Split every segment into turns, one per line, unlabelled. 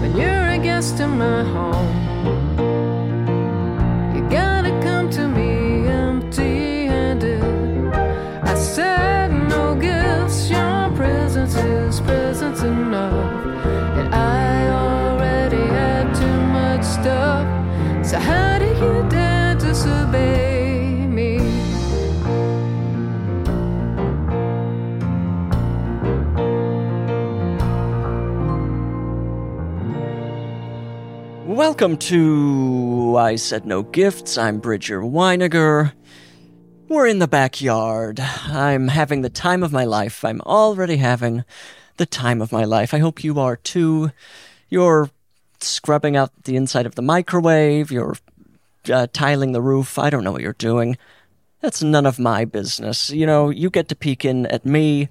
When you're a guest in my home, you gotta come to me empty handed. I said no gifts, your presence is presence enough. And I already had too much stuff. So how do you dare disobey me?
Welcome to I Said No Gifts. I'm Bridger Weiniger. We're in the backyard. I'm having the time of my life. I'm already having the time of my life. I hope you are too. You're scrubbing out the inside of the microwave, you're uh, tiling the roof. I don't know what you're doing. That's none of my business. You know, you get to peek in at me.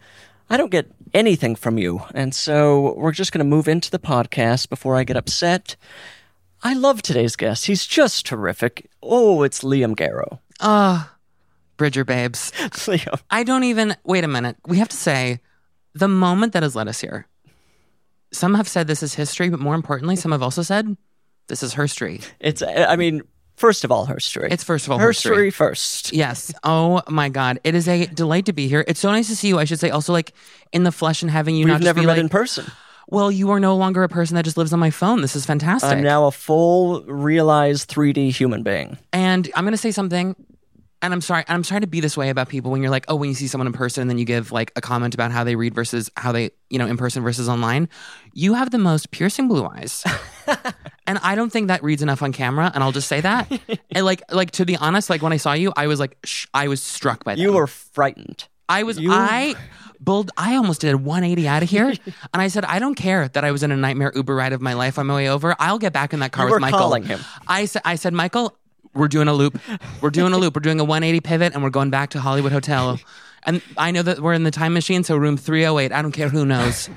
I don't get anything from you. And so we're just going to move into the podcast before I get upset. I love today's guest. He's just terrific. Oh, it's Liam Garrow.
Oh, Bridger babes.
Liam.
I don't even wait a minute. We have to say the moment that has led us here. Some have said this is history, but more importantly, some have also said this is herstory.
It's, I mean, first of all, her story.
It's first of all
her
herstory.
story first.
Yes. Oh my God. It is a delight to be here. It's so nice to see you. I should say also like in the flesh and having you
We've
not just
never
be
met
like,
in person.
well, you are no longer a person that just lives on my phone. This is fantastic.
I'm now a full, realized 3D human being.
And I'm gonna say something, and I'm sorry, and I'm sorry to be this way about people when you're like, oh, when you see someone in person and then you give like a comment about how they read versus how they, you know, in person versus online. You have the most piercing blue eyes. and I don't think that reads enough on camera, and I'll just say that. and like like to be honest, like when I saw you, I was like sh- I was struck by that.
You were frightened.
I was
you-
I bulled I almost did a 180 out of here. and I said, I don't care that I was in a nightmare Uber ride of my life on my way over. I'll get back in that car
You
with
were
Michael.
calling him.
I said I said, Michael, we're doing a loop. We're doing a loop. We're doing a 180 pivot and we're going back to Hollywood Hotel. And I know that we're in the time machine, so room 308. I don't care who knows.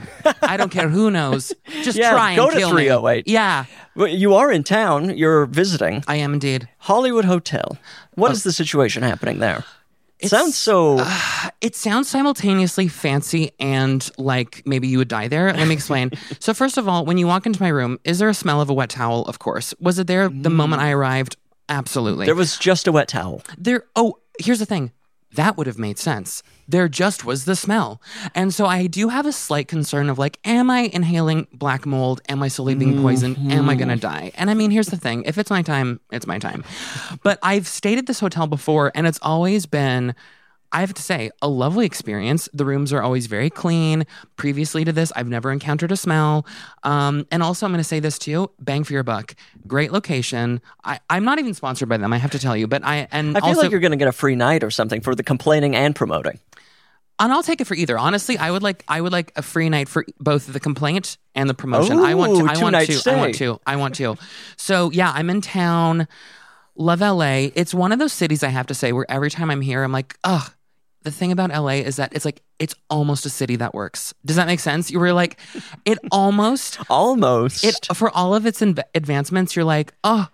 I don't care who knows. Just
Yeah,
try and
go to
kill
308.
me. Yeah,
Well, You are in town. You're visiting
I am indeed.
Hollywood Hotel. What is the situation happening there? Sounds so.
it sounds simultaneously fancy and like maybe you would die there. Let me explain. so, first of all, when you walk into my room, is there a smell of a wet towel? Of course. Was it there the moment I arrived? Absolutely.
there was just a wet towel.
there oh, here's the thing. That would have made sense. There just was the smell. And so I do have a slight concern of like, am I inhaling black mold? Am I slowly being poisoned? Am I going to die? And I mean, here's the thing if it's my time, it's my time. But I've stayed at this hotel before and it's always been I have to say, a lovely experience. The rooms are always very clean. Previously to this, I've never encountered a smell. Um, and also, I'm going to say this too: bang for your buck. Great location. I, I'm not even sponsored by them. I have to tell you, but I and
I feel
also,
like you're going to get a free night or something for the complaining and promoting.
and I'll take it for either. Honestly, I would like I would like a free night for both the complaint and the promotion. I want
Ooh,
to. I want
two-night
to.
stay.
I want to. I want to. So yeah, I'm in town. Love LA. It's one of those cities I have to say where every time I'm here, I'm like, ugh. The thing about LA is that it's like it's almost a city that works. Does that make sense? You were like, it almost
Almost.
it for all of its inv- advancements. You're like, oh,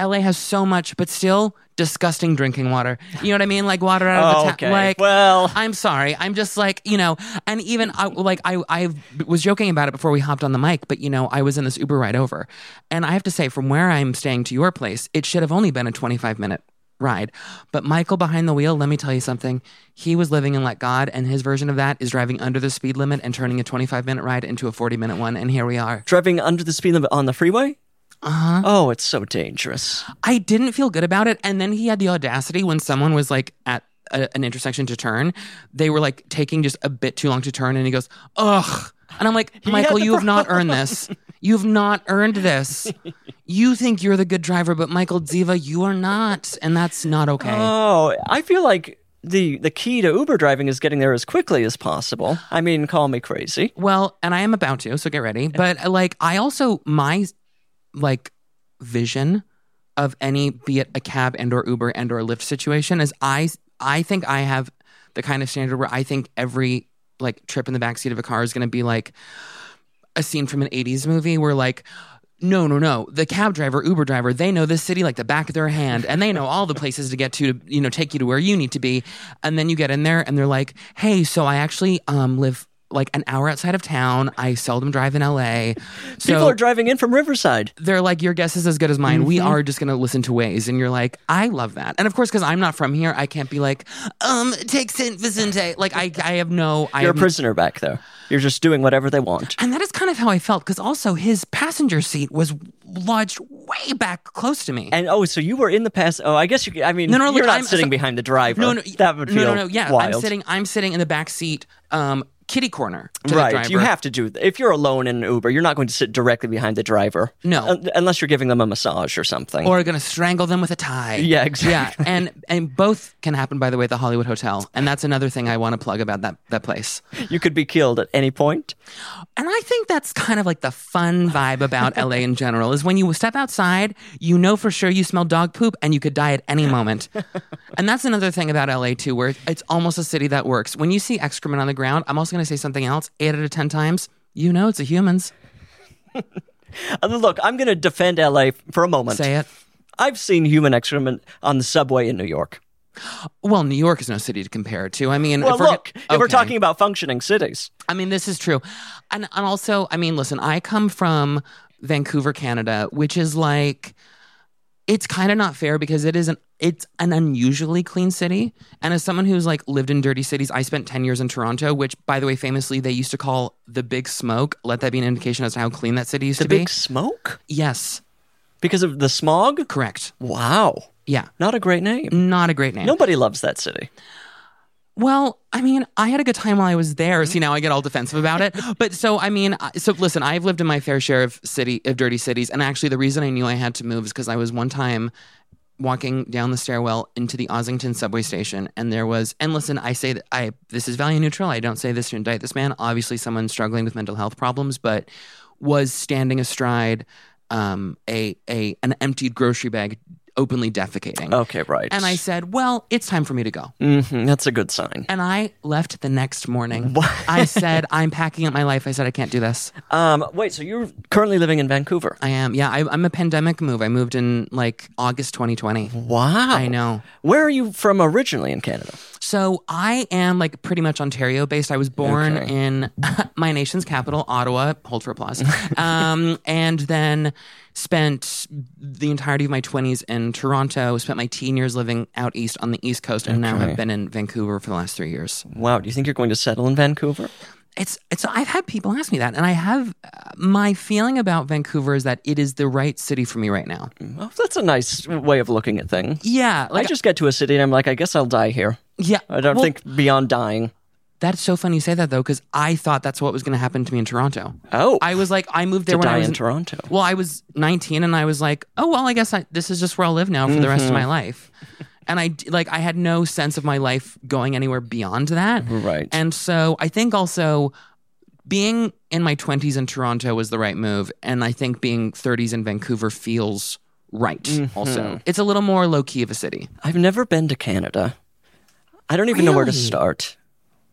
LA has so much, but still disgusting drinking water. You know what I mean? Like water out of the tap.
Oh, okay.
Like,
well,
I'm sorry. I'm just like you know, and even I, like I I was joking about it before we hopped on the mic, but you know I was in this Uber ride over, and I have to say from where I'm staying to your place, it should have only been a 25 minute ride, but Michael behind the wheel. Let me tell you something. He was living in Let God, and his version of that is driving under the speed limit and turning a 25 minute ride into a 40 minute one, and here we are
driving under the speed limit on the freeway.
Uh-huh.
Oh, it's so dangerous.
I didn't feel good about it. And then he had the audacity when someone was like at a, an intersection to turn, they were like taking just a bit too long to turn, and he goes, "Ugh," and I'm like, "Michael,
the
you have not earned this. You've not earned this. you think you're the good driver, but Michael Ziva, you are not, and that's not okay."
Oh, I feel like the the key to Uber driving is getting there as quickly as possible. I mean, call me crazy.
Well, and I am about to, so get ready. But like, I also my like vision of any be it a cab and or Uber and or Lyft situation is I I think I have the kind of standard where I think every like trip in the backseat of a car is going to be like a scene from an 80s movie where like no no no the cab driver uber driver they know this city like the back of their hand and they know all the places to get to to you know take you to where you need to be and then you get in there and they're like hey so i actually um live like an hour outside of town i seldom drive in la so
People are driving in from Riverside.
they're like your guess is as good as mine we
Mm-hmm.
are just going to listen to ways and you're like i love that and of course because i'm not from here i can't be like um take saint vicente like i i have no i
You're a
have
prisoner back there. You're just doing whatever they want.
And that is kind of how I felt because also his passenger seat was lodged way back close to me.
And oh, so you were in the past. Oh, I guess you. I mean,
No, no,
you're
look,
not
I'm-
sitting
so-
behind the driver.
no, no,
that would
no,
feel
no, no. Yeah,
wild.
I'm sitting. I'm sitting in the back seat, um, kitty corner. To The
Right,
driver.
you have to do. If you're alone in an Uber, you're not going to sit directly behind the driver.
No.
Un- unless you're giving them a massage or something.
or gonna strangle them with a tie.
Yeah, exactly.
Yeah, and and both can happen by the way at the Hollywood Hotel, and that's another thing I want to plug about that that place.
you could be killed at any point.
And I think that's kind of like the fun vibe about LA in general is when you step outside, you know for sure you smell dog poop and you could die at any moment. and that's another thing about LA too, where it's almost a city that works. When you see excrement on the ground, I'm also going to say something else eight out of 10 times, you know it's a human's.
Uh, Look, I'm going to defend LA for a moment.
Say it.
I've seen human excrement on the subway in New York.
Well, New York is no city to compare it to. I mean,
Well,
if we're,
look, if we're
Okay.
talking about functioning cities,
I mean, this is true. And, and also, I mean, listen, I come from Vancouver, Canada, which is like, it's kind of not fair because it is an it's an unusually clean city. And as someone who's like lived in dirty cities, I spent 10 years in Toronto, which by the way, famously they used to call the big smoke. Let that be an indication as to how clean that city used
the
to
big
be.
smoke
Yes.
because of the smog.
Correct.
Wow,
Yeah.
not a great name.
Not a great name.
Nobody loves that city.
Well, I mean, I had a good time while I was there. See, now I get all defensive about it. But so, I mean, I- so listen, I've lived in my fair share of city of dirty cities, and actually, the reason I knew I had to move is because I was one time walking down the stairwell into the Ossington subway station, and there was. And listen, I say that I this is value neutral. I don't say this to indict this man. Obviously, someone struggling with mental health problems, but was standing astride um, a a an emptied grocery bag, openly defecating.
Okay, right.
And I said, well, it's time for me to go.
Mhm, that's a good sign.
And I left the next morning. I said, I'm packing up my life. I said, I can't do this.
Um, wait, so you're currently living in Vancouver?
I am. Yeah, I, I'm a pandemic move. I moved in like August 2020.
Wow.
I know.
Where are you from originally in Canada?
So I am like pretty much Ontario based. I was born
Okay.
in my nation's capital, Ottawa. Hold for applause. um, and then spent the entirety of my 20s in Toronto, spent my teen years living out east on the East Coast, and now have been in Vancouver for the last three years.
Wow, do you think you're going to settle in Vancouver?
it's it's I've had people ask me that and I have uh, my feeling about Vancouver is that it is the right city for me right now.
Oh, that's a nice way of looking at things.
Yeah,
I
like
just get to a city and I'm like, I guess I'll die here.
yeah.
I don't
Well,
think beyond dying.
that's so funny you say that though cuz I thought that's what was going to happen to me in Toronto.
Oh,
I was like I moved there
to
when
die
I was
in Toronto.
Well, I was 19 and I was like, "Oh, well, I guess I, this is just where I'll live now for the rest of my life." And I d- like I had no sense of my life going anywhere beyond that.
Right.
And so I think also being in my 20s in Toronto was the right move. And I think being 30s in Vancouver feels right also. It's a little more low key of a city.
I've never been to Canada. I don't even know where to
Really?
start.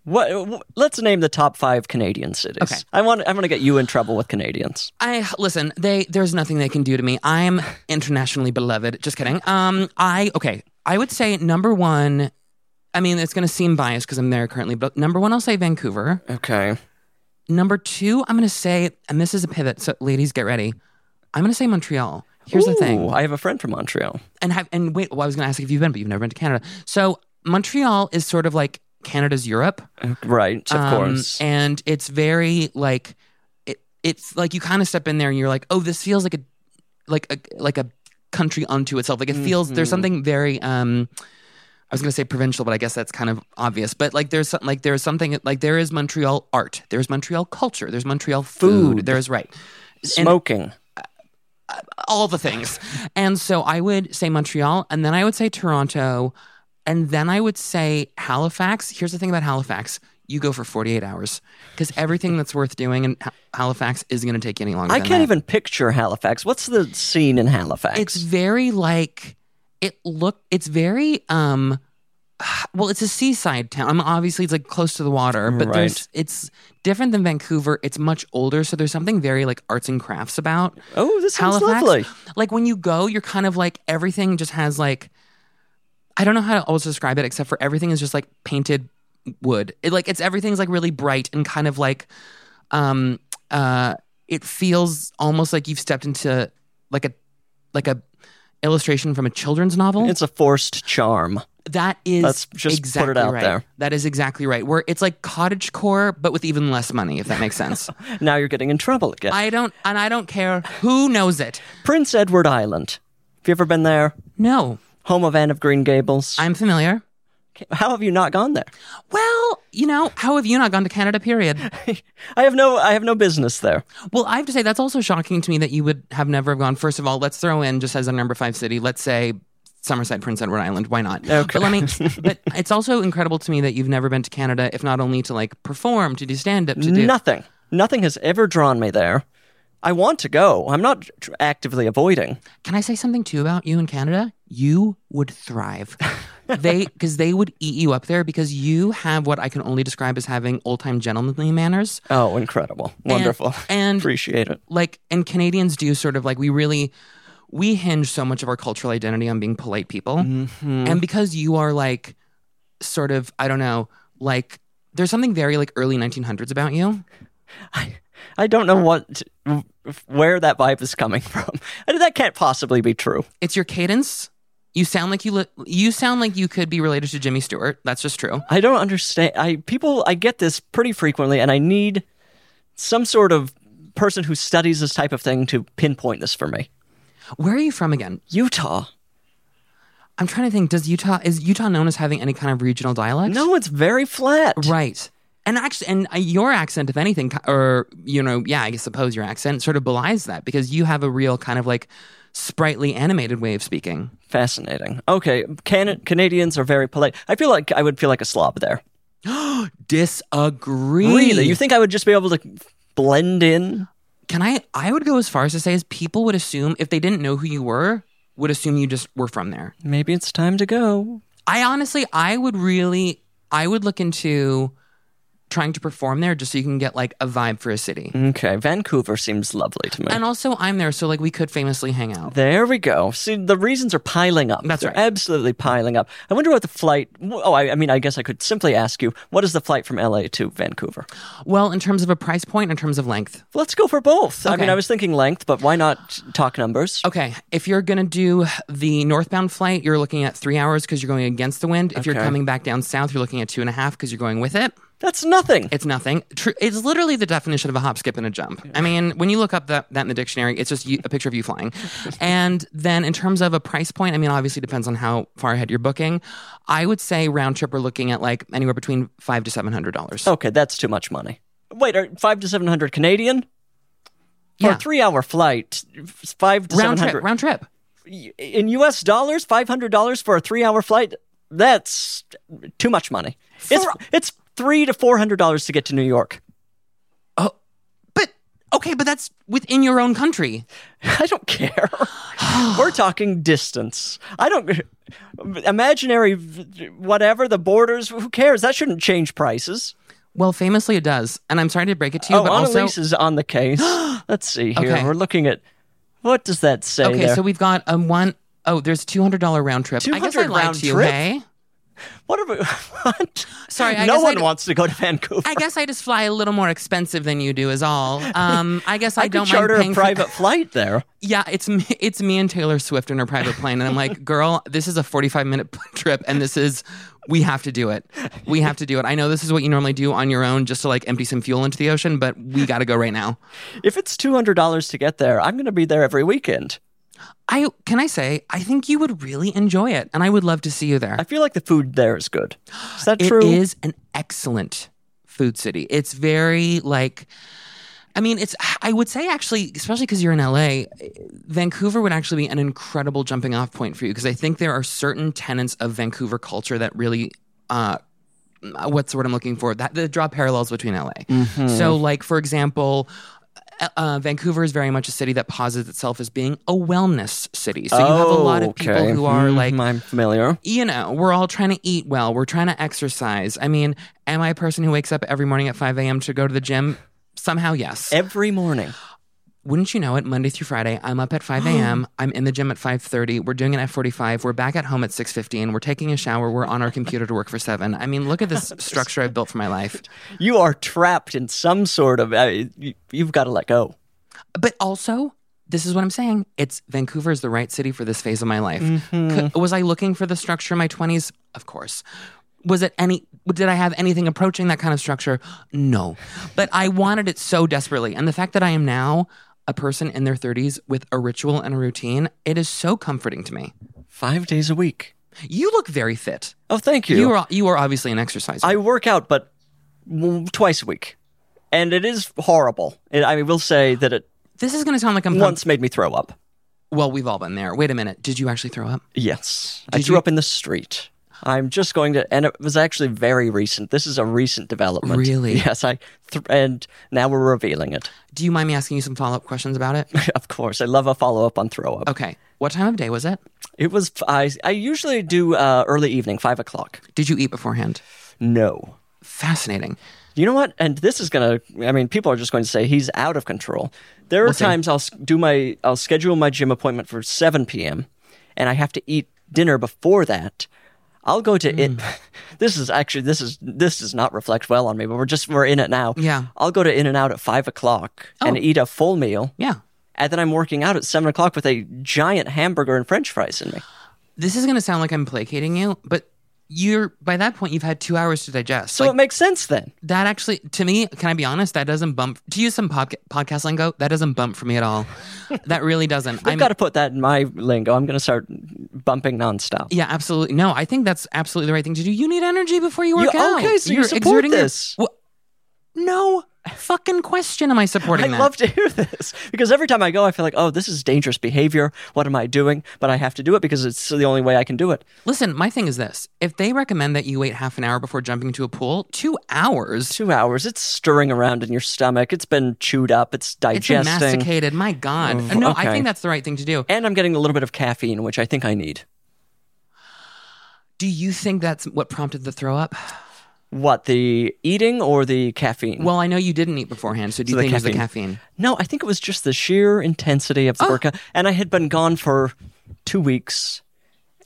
What? w- Let's name the top five Canadian cities.
Okay.
I want. I'm going to get you in trouble with Canadians.
I listen, they there's nothing they can do to me. I'm internationally beloved. Just kidding. Um I okay, I would say number 1 I mean, it's going to seem biased because I'm there currently, but number 1 I'll say Vancouver.
Okay.
Number 2 I'm going to say and this is a pivot, so ladies get ready. I'm going to say Montreal. Here's the thing.
I have a friend from Montreal.
and have and wait, well, I was going to ask if you've been, but you've never been to Canada. So Montreal is sort of like Canada's Europe,
Right. Of
um,
course.
and it's very like it, it's like you kind of step in there and you're like, oh, this feels like a like a like a country unto itself. Like it feels
Mm-hmm.
there's something very um I was gonna say provincial, but I guess that's kind of obvious. But like there's some, like there's something like there is Montreal art, there's Montreal culture, there's Montreal food,
Food.
there's right
Smoking.
all the things. And so I would say Montreal, and then I would say Toronto, and then I would say Halifax. Here's the thing about Halifax you go for 48 hours because everything that's worth doing in Ha- Halifax isn't going to take you any longer.
I
than
can't
that.
even picture Halifax. What's the scene in Halifax?
It's very like it look. It's very um. Well, it's a seaside town. I mean, obviously, it's like close to the water, but
Right.
there's it's different than Vancouver. It's much older, so there's something very like arts and crafts about.
oh, this sounds
Halifax.
lovely.
Like when you go, you're kind of like everything just has like I don't know how to always describe it except for everything is just like painted wood. It like it's everything's like really bright and kind of like um uh it feels almost like you've stepped into like a like a illustration from a children's novel.
It's a forced charm.
That is
Let's just put it
exactly
out
right.
there.
That is exactly right. Where it's like cottage core but with even less money if that makes sense.
Now you're getting in trouble again.
I don't and I don't care who knows it.
Prince Edward Island. Have you ever been there?
No,
Home of Anne of Green Gables.
I'm familiar.
How have you not gone there?
Well, you know, how have you not gone to Canada, period?
I have no I have no business there.
Well, I have to say, that's also shocking to me that you would have never have gone. First of all, let's throw in, just as a number five city, let's say Somerset, Prince Edward Island. Why not?
Okay.
But, let me, but it's also incredible to me that you've never been to Canada, if not only to like perform, to do stand up, to do.
Nothing. Nothing has ever drawn me there. I want to go. I'm not tr- actively avoiding.
Can I say something too about you in Canada? You would thrive. they because they would eat you up there because you have what I can only describe as having old time gentlemanly manners.
Oh, incredible. Wonderful.
And
Appreciate it.
like and Canadians do sort of like we really we hinge so much of our cultural identity on being polite people.
Mm-hmm.
And because you are like sort of I don't know, like there's something very like early 1900s about you.
I don't know what where that vibe is coming from. I mean, that can't possibly be true.
It's your cadence. You sound like you li- you sound like you could be related to Jimmy Stewart. That's just true.
I don't understand. I people I get this pretty frequently, and I need some sort of person who studies this type of thing to pinpoint this for me.
Where are you from again?
Utah.
I'm trying to think. Does Utah is Utah known as having any kind of regional dialect?
No, it's very flat.
Right. And actually, and uh, your accent, if anything, ki- or you know, yeah, I suppose your accent sort of belies that because you have a real kind of like sprightly, animated way of speaking.
Fascinating. Okay, Can- Canadians are very polite. I feel like I would feel like a slob there.
Disagree.
Really? You think I would just be able to blend in?
Can I? I would go as far as to say, is people would assume if they didn't know who you were, would assume you just were from there.
Maybe it's time to go.
I honestly, I would really, I would look into trying to perform there just so you can get like a vibe for a city.
Okay, Vancouver seems lovely to me.
And also, I'm there, so like we could famously hang out.
There we go. See, the reasons are piling up.
That's
They're
right.
absolutely piling up. I wonder what the flight. Oh, I, I mean, I guess I could simply ask you, what is the flight from LA to Vancouver?
Well, in terms of a price point, in terms of length.
Let's go for both. I
Okay. Oh.
mean, I was thinking length, but why not talk numbers?
Okay, if you're gonna do the northbound flight, you're looking at three hours because you're going against the wind. If you're
Okay.
coming back down south, you're looking at two and a half because you're going with it.
That's nothing.
It's nothing. Tr- It's literally the definition of a hop, skip, and a jump. I mean, when you look up that, that in the dictionary, it's just you, a picture of you flying. And then in terms of a price point, I mean, obviously depends on how far ahead you're booking. I would say round trip, we're looking at like anywhere between five to seven hundred dollars.
Okay, that's too much money. Wait, are five to seven hundred Canadian? For
Yeah.
a three-hour flight, five to seven
round trip,
hundred
round trip.
in U.S. dollars, five hundred dollars for a three-hour flight. That's too much money. It's it's three to four hundred dollars to get to New York.
But okay, but that's within your own country.
I don't care. We're talking distance. I don't imaginary whatever the borders. Who cares? That shouldn't change prices. Oh,
Oh, Um, I can I say I think you would really enjoy it, and I would love to see you there.
I feel like the food there is good. Is that
It
true?
is an excellent food city. It's very like, I mean, it's, I would say actually, especially because you're in LA, Vancouver would actually be an incredible jumping off point for you because I think there are certain tenets of Vancouver culture that really, uh, what's the word I'm looking for? That, that draw parallels between LA.
Mm-hmm.
So, like, for example, uh, Vancouver is very much a city that posits itself as being a wellness city. So you have a lot of people
okay.
who are
Mhm,
like
I'm familiar.
you know, we're all trying to eat well. We're trying to exercise. I mean, am I a person who wakes up every morning at 5 a.m. to go to the gym? Somehow, yes.
Every morning.
Wouldn't you know it? Monday through Friday, I'm up at 5 a.m. I'm in the gym at 5:30. We're doing it at 45. We're back at home at 6:15. We're taking a shower. We're on our computer to work for seven. I mean, look at this structure I've built for my life.
You are trapped in some sort of. Uh, you, you've got to let go.
But also, this is what I'm saying. It's Vancouver is the right city for this phase of my life. C- Was I looking for the structure in my 20s? Of course. Was it any did I have anything approaching that kind of structure? No. But I wanted it so desperately. And the fact that I am now a person in their 30s with a ritual and a routine, it is so comforting to me.
Five days a week.
You look very fit.
Oh, thank you.
You are you are obviously an exerciser.
I work out, but w- twice a week, and it is horrible. It, I will say that it
this is going to sound like I'm pump-
once made me throw up.
well, we've all been there. Wait a minute. Did you actually throw up?
Yes, I
Did
threw
you-
up in the street. I'm just going to, and it was actually very recent. This is a recent development.
Really?
Yes, I, th- and now we're revealing it.
Do you mind me asking you some follow-up questions about it?
of course, I love a follow up on throw up.
Okay. What time of day was it?
It was I. I usually do uh, early evening, five o'clock.
Did you eat beforehand?
No,
Fascinating.
You know what? And this is gonna. I mean, people are just going to say he's out of control. There are
We'll see.
times I'll s- do my. I'll schedule my gym appointment for seven p.m. and I have to eat dinner before that. I'll go to
Hmm.
it. This is actually this is this does not reflect well on me, but we're just we're in it now.
Yeah.
I'll go to In and Out at five o'clock and
Oh.
eat a full meal,
Yeah.
and then I'm working out at seven o'clock with a giant hamburger and French fries in me.
This is going to sound like I'm placating you, but you're by that point you've had 2 hours to digest.
So
like
it makes sense then.
that actually to me, can I be honest, that doesn't bump to use some podca- podcast lingo, that doesn't bump for me at all. that really doesn't.
I've got to put that in my lingo. I'm going to start bumping nonstop.
yeah, absolutely. No, I think that's absolutely the right thing to do. You need energy before you work
You-
out.
okay, so you
You're
support
exerting your-
this.
Wha- no fucking question. Am I supporting
I
that?
love to hear this because every time I go, I feel like, oh, this is dangerous behavior. What am I doing? But I have to do it because it's the only way I can do it.
Listen, my thing is this: if they recommend that you wait half an hour before jumping into a pool, two hours
Two hours, it's stirring around in your stomach. It's been chewed up. It's
It's been
digesting.
masticated. My God. no,
Mm.
I
okay.
think that's the right thing to do.
and I'm getting a little bit of caffeine, which I think I need.
Do you think that's what prompted the throw up?
What, the eating or the caffeine?
Well, I know you didn't eat beforehand, so do you
the
think it was the caffeine?
no, I think it was just the sheer intensity of the
Oh.
workout. And I had been gone for two weeks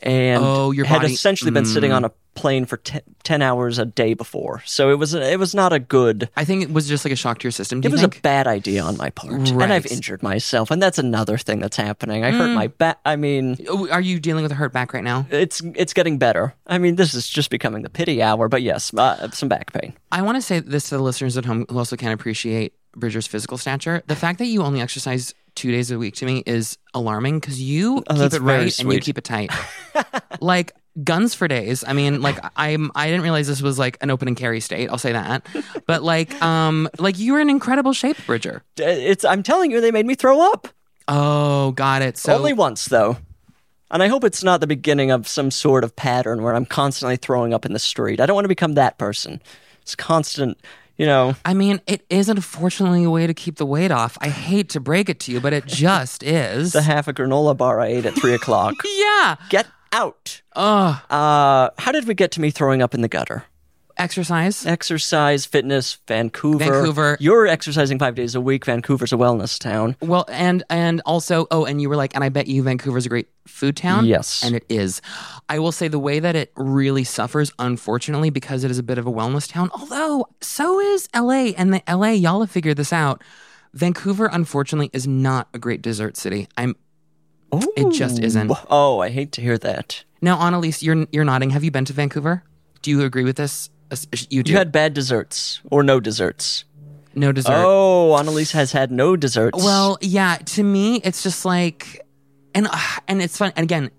and
Oh, your
had
body- Mm.
essentially been sitting on a plane for te- 10 hours a day before. So it was, it was not a good.
I think it was just like a shock to your system. Do
It
you
was
think?
a bad idea on my part, and I've
Right. Mm.
injured myself, and that's another thing that's happening. I hurt my back. I mean,
Oh, Are you dealing with a hurt back right now?
it's it's getting better. I mean, this is just becoming the pity hour. But yes, uh, some back pain.
I want to say this to the listeners at home who also can't appreciate Bridger's physical stature. The fact that you only exercise two days a week to me is alarming because you keep
Oh, that's
it
very
right and you
sweet.
keep it tight. like guns for days. I mean, like I'm I didn't realize this was like an open and carry state. I'll say that. But like um like you're in incredible shape, Bridger.
Uh, It's I'm telling you, they made me throw up
Oh, got it. So
only once though, and I hope it's not the beginning of some sort of pattern where I'm constantly throwing up in the street. I don't want to become that person. It's constant, you know.
I mean, it is unfortunately a way to keep the weight off. I hate to break it to you, but it just is.
The half a granola bar I ate at three o'clock.
yeah.
Get out.
Ugh.
Uh, how did we get to me throwing up in the gutter?
Exercise.
exercise, fitness, Vancouver.
Vancouver.
You're exercising five days a week. Vancouver's a wellness town.
Well, and and also, oh, and you were like, and I bet you Vancouver's a great food town.
Yes.
and it is. I will say the way that it really suffers, unfortunately, because it is a bit of a wellness town. Although so is LA, and the LA y'all have figured this out. Vancouver, unfortunately, is not a great dessert city. I'm. It just isn't.
Oh, I hate to hear that.
Now, Annalise, you're you're nodding. Have you been to Vancouver? Do you agree with this? As- You do.
You had bad desserts or no desserts.
no dessert.
Oh, Annalise has had no desserts.
Well, yeah, to me, it's just like and ah, and it's fun. And again,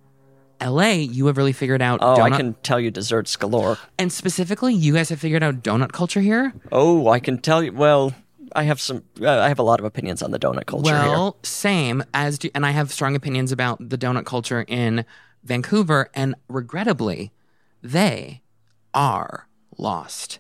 LA, you have really figured out
Oh, I
donut-
can tell you desserts galore.
and specifically you guys have figured out donut culture here.
Oh, I can tell you. Well, I have some. Uh, I have a lot of opinions on the donut culture here.
Well, same as do, and I have strong opinions about the donut culture in Vancouver, and regrettably, they are lost.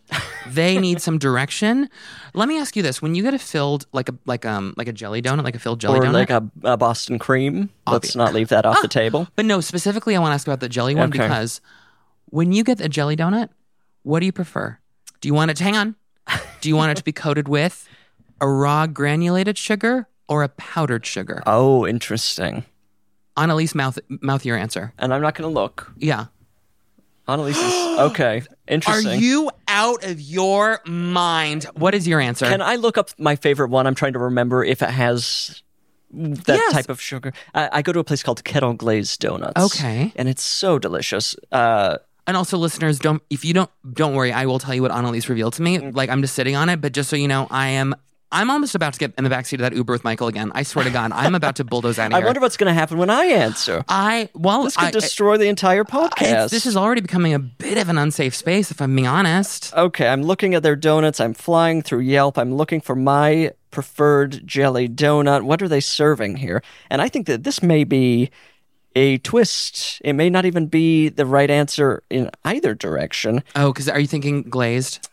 they need some direction. Let me ask you this: When you get a filled like a like um like a jelly donut, like a filled jelly
Or
donut,
like a, a Boston cream. Let's not leave that off
Ah.
the table.
but no, specifically, I want to ask about the jelly one
Okay.
because when you get a jelly donut, what do you prefer? Do you want it? Hang on. Do you want it to be coated with a raw granulated sugar or a powdered sugar?
Oh, interesting.
Annalise, mouth mouth your answer.
And I'm not going to look.
Yeah.
Annalise is okay.
Are
Interesting.
you out of your mind? What is your answer?
Can I look up my favorite one? I'm trying to remember if it has that
Yes.
type of sugar. I, I go to a place called Kettle Glazed Donuts.
Okay.
And it's so delicious. Uh,
and also, listeners, don't if you don't don't worry, I will tell you what Annalise revealed to me.
Mm.
Like I'm just sitting on it, but just so you know, I am I'm almost about to get in the backseat of that Uber with Michael again. I swear to God, I'm about to bulldoze out of
I
here.
wonder what's going to happen when I answer.
I well,
This could
I-
destroy the entire
I-
podcast.
it's- this is already becoming a bit of an unsafe space, if I'm being honest.
Okay, I'm looking at their donuts. I'm flying through Yelp. I'm looking for my preferred jelly donut. What are they serving here? And I think that this may be a twist. It may not even be the right answer in either direction.
Oh, because are you thinking glazed?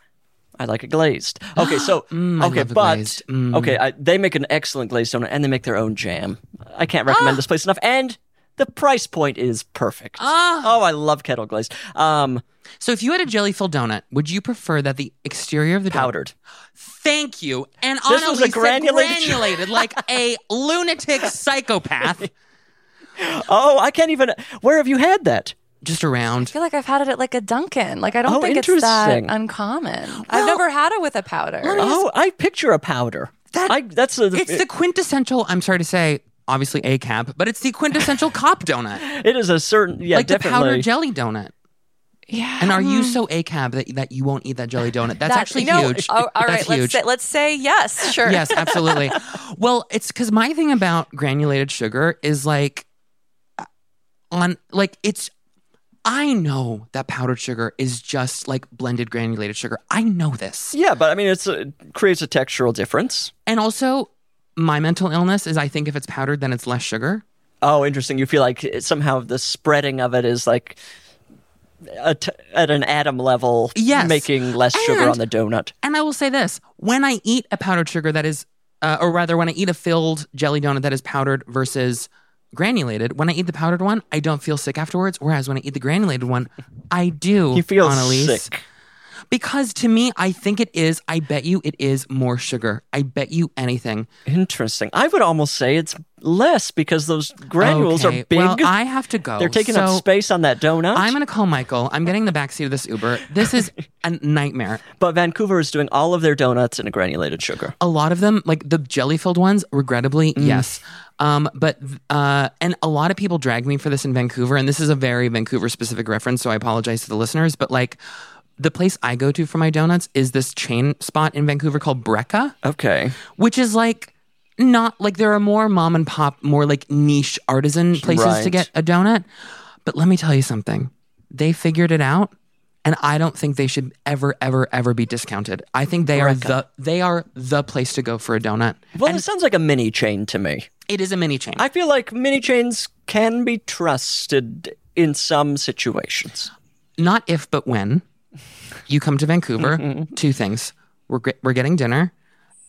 I like it glazed. Okay, so
I
okay,
love a
but
glazed. Mm.
okay, I, they make an excellent glazed donut, and they make their own jam. I can't recommend this place enough, and the price point is perfect.
Ah.
Oh, I love kettle glazed. Um,
So if you had a jelly filled donut, would you prefer that the exterior of the donut
powdered.
Thank you. And
This was
Annalise
a
said
granulated-
granulated like a lunatic psychopath.
Oh, I can't even. Where have you had that?
Just around.
I feel like I've had it at like a Dunkin'. Like I don't
Oh,
think it's that
interesting.
uncommon. I've never had it with a powder.
Oh, I picture a powder.
That-
I, that's a,
It's the quintessential, I'm sorry to say, obviously a cap, but it's the quintessential cop donut.
it is a certain yeah
Like the
definitely.
powdered jelly donut.
yeah.
And are you so a cab that, that you won't eat that jelly donut? That's
That-
actually
no,
huge.
Oh, all
That's
right, let's
huge.
say let's say yes. Sure.
yes, absolutely. well, it's because my thing about granulated sugar is like, uh, on like it's. I know that powdered sugar is just like blended granulated sugar. I know this,
yeah, but I mean, it's a, it creates a textural difference.
and also my mental illness is I think if it's powdered, then it's less sugar.
Oh, interesting. You feel like it- somehow the spreading of it is like a t- at an atom level,
Yes.
making less sugar
And-
on the donut.
And I will say this: when I eat a powdered sugar that is, uh, or rather, when I eat a filled jelly donut that is powdered versus granulated, when I eat the powdered one, I don't feel sick afterwards. Whereas when I eat the granulated one, I do.
You feel
Annalise.
sick.
Because to me, I think it is. I bet you it is more sugar. I bet you anything.
Interesting. I would almost say it's less because those granules
okay.
are big.
Well, I have to go.
They're taking
So
up space on that donut.
I'm going to call Michael. I'm getting the backseat of this Uber. This is a nightmare.
but Vancouver is doing all of their donuts in a granulated sugar.
A lot of them, like the jelly filled ones, regrettably,
Mm.
yes. Um, but uh, and a lot of people drag me for this in Vancouver, and this is a very Vancouver specific reference, so I apologize to the listeners. But like, the place I go to for my donuts is this chain spot in Vancouver called Brecca.
Okay.
which is like not like there are more mom and pop, more like niche artisan places to
Right.
get a donut. But let me tell you something. They figured it out and I don't think they should ever ever ever be discounted. I think they are the they are the place to go for a donut.
Well, it sounds like a mini chain to me.
It is a mini chain.
I feel like mini chains can be trusted in some situations.
not if but when you come to Vancouver, two things. We're ge- we're getting dinner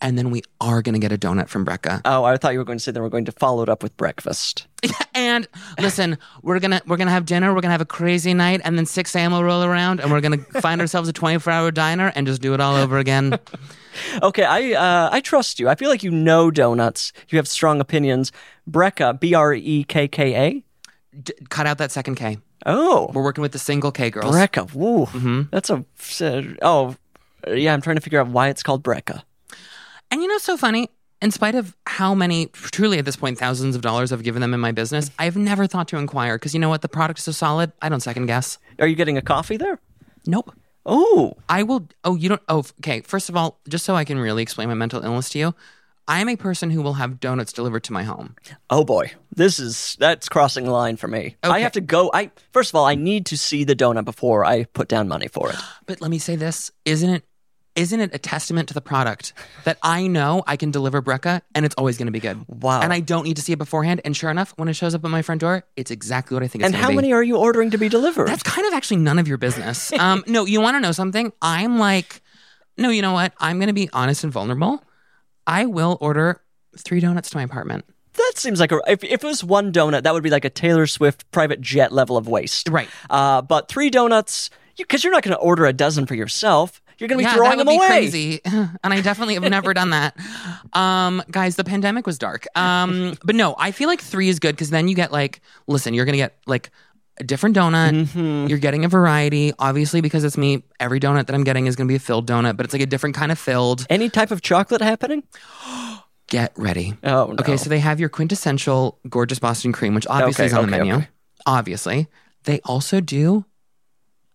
and then we are going to get a donut from Brecca.
Oh, I thought you were going to say they were going to follow it up with breakfast.
And listen, we're gonna we're gonna have dinner. We're gonna have a crazy night, and then six a.m. will roll around, and we're gonna find ourselves a twenty-four hour diner and just do it all over again.
Okay, I uh, I trust you. I feel like you know donuts. You have strong opinions. Brekka, B R E K K A.
D- cut out that second K.
Oh,
We're working with the single K girls.
Brekka. Woo, that's a uh, oh yeah. I'm trying to figure out why it's called Brekka.
And you know, what's so funny. In spite of how many, truly at this point, thousands of dollars I've given them in my business, I've never thought to inquire because you know what? The product is so solid. I don't second guess.
Are you getting a coffee there?
Nope.
Oh,
I will. Oh, you don't. Oh, okay. First of all, just so I can really explain my mental illness to you, I am a person who will have donuts delivered to my home.
Oh boy, this is that's crossing the line for me. I
Okay.
have to go. I first of all, I need to see the donut before I put down money for it.
But let me say this, isn't it isn't it a testament to the product that I know I can deliver Brecca and it's always going to be good?
Wow.
And I don't need to see it beforehand. And sure enough, when it shows up at my front door, it's exactly what I think it's
and
going
how
be.
many are you ordering to be delivered?
That's kind of actually none of your business. Um, no, you want to know something? I'm like, no, you know what? I'm going to be honest and vulnerable. I will order three donuts to my apartment.
that seems like a if, if it was one donut, that would be like a Taylor Swift private jet level of waste.
Right.
Uh, but three donuts, because you, are not going to order a dozen for yourself. You're going to be
yeah,
throwing
that would
them
be
away.
crazy. And I definitely have never done that. Um, guys, the pandemic was dark. Um, but no, I feel like three is good because then you get like, listen, you're going to get like a different donut.
Mm-hmm.
You're getting a variety. Obviously, because it's me, every donut that I'm getting is going to be a filled donut, but it's like a different kind of filled.
Any type of chocolate happening?
Get ready.
Oh no.
Okay, so they have your quintessential gorgeous Boston cream, which obviously
Okay,
is on the
okay,
menu.
okay.
Obviously, they also do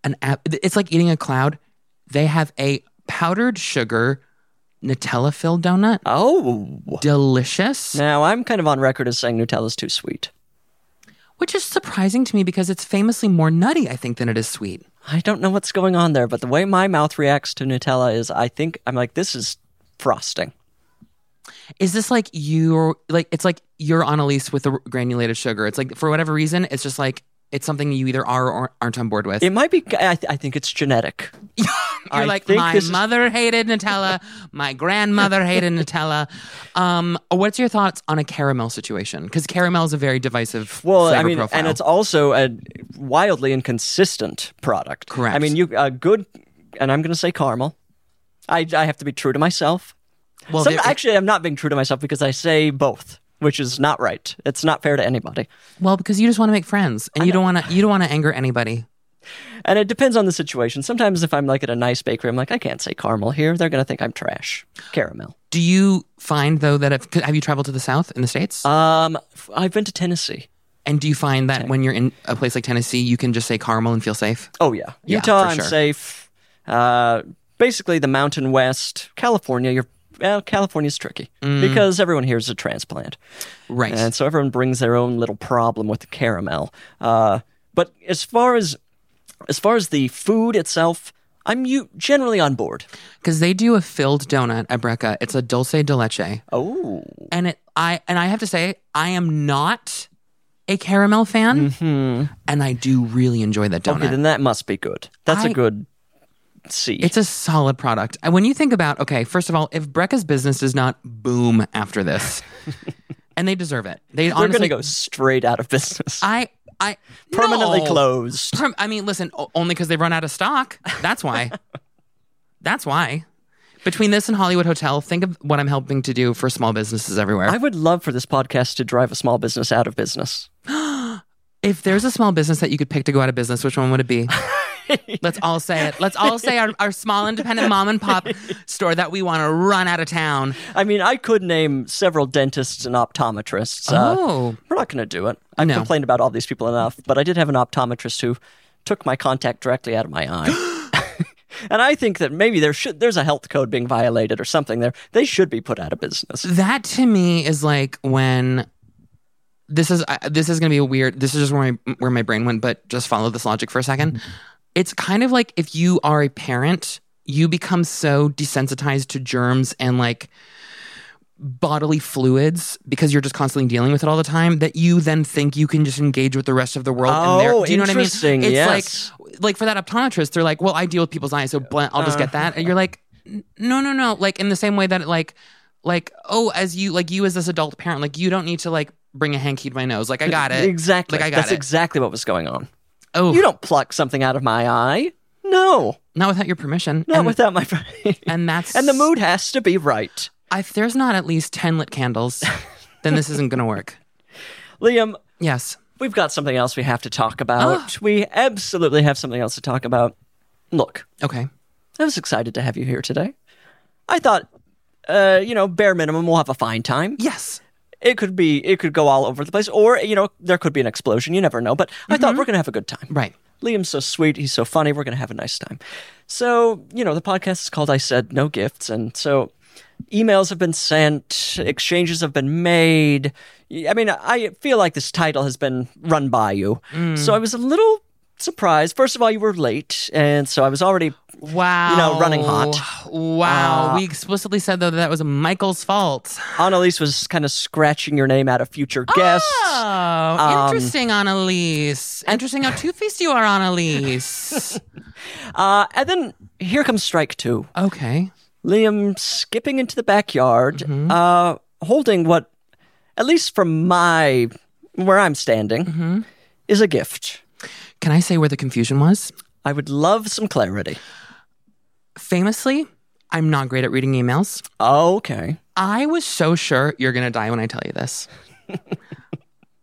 an app. It's like eating a cloud. They have a powdered sugar Nutella filled donut.
oh.
Delicious,
Now I'm kind of on record as saying Nutella's too sweet.
which is surprising to me because it's famously more nutty, I think, than it is sweet.
I don't know what's going on there, but the way my mouth reacts to Nutella is I think I'm like, this is frosting.
Is this like you're like it's like you're on a lease with the granulated sugar? It's like for whatever reason, it's just like it's something you either are or aren't on board with.
It might be. I, I think it's genetic.
You're
I
like,
think
my
this is-
mother hated Nutella. my grandmother hated Nutella. Um, what's your thoughts on a caramel situation? Because caramel is a very divisive
Well,
flavor
I mean,
profile.
and it's also a wildly inconsistent product.
Correct.
I mean, you a good, and I'm going to say caramel. I, I have to be true to myself.
well,
Some,
there-
actually, I'm not being true to myself because I say both, which is not right. It's not fair to anybody.
well, because you just want to make friends, and you don't want to you don't want to anger anybody.
And it depends on the situation. Sometimes, if I'm like at a nice bakery, I'm like, I can't say caramel here. They're going to think I'm trash. Caramel.
Do you find though that if, have you traveled to the South in the states,
Um, f- I've been to Tennessee.
and do you find that when you're in a place like Tennessee, you can just say caramel and feel safe?
Oh yeah,
Yeah,
Utah,
for
I'm
sure.
safe. Uh, basically, the Mountain West, California. You're well, California's tricky
Mm.
because everyone here is a transplant,
Right.
and so everyone brings their own little problem with the caramel. Uh, but as far as as far as the food itself, I'm u- generally on board.
Because they do a filled donut at Brecca. It's a dulce de leche.
Oh,
and it I and I have to say I am not a caramel fan, and I do really enjoy that donut.
Mm-hmm. okay, then that must be good. That's a
I-
good C.
it's a solid product. And when you think about okay, first of all, if Brecca's business does not boom after this, and they deserve it, they
They're
honestly
going to go straight out of business,
I I
permanently
no.
closed.
Perm- I mean, listen, o- only because they've run out of stock. That's why. That's why. Between this and Hollywood Hotel, think of what I'm helping to do for small businesses everywhere.
I would love for this podcast to drive a small business out of business.
If there's a small business that you could pick to go out of business, which one would it be? Let's all say it. Let's all say our, our small independent mom and pop store that we want to run out of town.
I mean, I could name several dentists and optometrists. Uh,
oh,
We're not going to do it. I've
No.
complained about all these people enough, but I did have an optometrist who took my contact directly out of my eye. and I think that maybe there should there's a health code being violated or something there. They should be put out of business.
that to me is like when this is I this is gonna be a weird. This is just where my where my brain went, but just follow this logic for a second.
Mm-hmm.
It's kind of like if you are a parent, you become so desensitized to germs and like bodily fluids because you're just constantly dealing with it all the time that you then think you can just engage with the rest of the world. and
Oh,
their- do you know what I mean? It's
interesting, yes.
like like for that optometrist, they're like, "Well, I deal with people's eyes, so blunt, I'll just get that."
Uh-huh.
And you're like, "N- "No, no, no!" Like in the same way that like like oh, as you like you as this adult parent, like you don't need to like bring a hanky to my nose. Like I got it
Exactly.
Like I got
That's
it.
exactly what was going on.
oh,
You don't pluck something out of my eye. No.
not without your permission.
Not
and,
without my
and that's
And the mood has to be right.
I, if there's not at least ten lit candles, then this isn't gonna work.
Liam,
Yes.
we've got something else we have to talk about. We absolutely have something else to talk about. Look,
Okay.
I was excited to have you here today. I thought, uh, you know, bare minimum, we'll have a fine time.
Yes.
It could be, it could go all over the place, or you know, there could be an explosion. You never know. But I thought we're gonna have a good time.
Right.
Liam's so sweet. He's so funny. We're gonna have a nice time. So you know, the podcast is called "I Said No Gifts," and so Emails have been sent, exchanges have been made. I mean, I feel like this title has been run by you. So I was a little surprised. First of all, you were late, and so I was already
Wow.
running hot. Uh,
Wow. we explicitly said, though, that that was Michael's fault.
Annalise was kind of scratching your name out of future guests.
Oh, interesting, Annalise. Interesting how two faced you are, Annalise.
Uh, and then here comes strike two.
okay.
Liam skipping into the backyard, uh, holding what, at least from my where I'm standing, is a gift.
Can I say where the confusion was?
I would love some clarity.
Famously, I'm not great at reading emails.
Okay.
I was so sure you're going to die when I tell you this.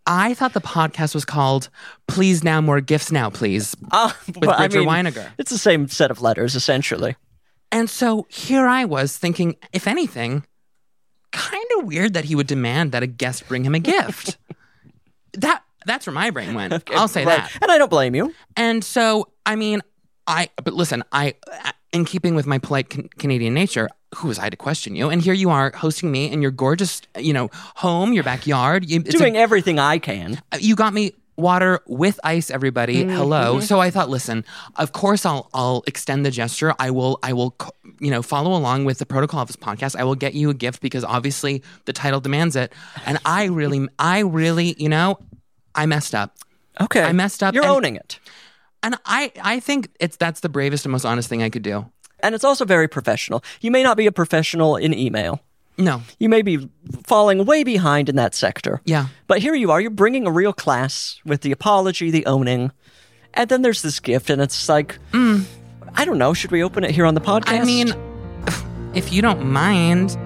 I thought the podcast was called Please Now More Gifts Now, Please.
Uh,
With Bridger Weiniger.
It's the same set of letters, essentially.
And so here I was thinking, if anything, kind of weird that he would demand that a guest bring him a gift. that that's where my brain went. I'll say
Right.
that.
And I don't blame you.
And so, I mean, I, but listen, I, uh, in keeping with my polite can- Canadian nature, who was I to question you? And here you are hosting me in your gorgeous, you know, home, your backyard. You, it's a-
Doing everything I can.
you got me water with ice everybody hello so i thought listen of course i'll i'll extend the gesture i will i will co- you know follow along with the protocol of this podcast i will get you a gift because obviously the title demands it and i really i really you know i messed up
Okay.
I messed up
You're
and-
owning it.
and i i think it's that's the bravest and most honest thing i could do
And it's also very professional. You may not be a professional in email.
no
You may be falling way behind in that sector.
yeah
But here you are, you're bringing a real class with the apology, the owning, and then there's this gift, and it's like, I don't know, should we open it here on the podcast?
i mean if you don't mind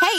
Hey,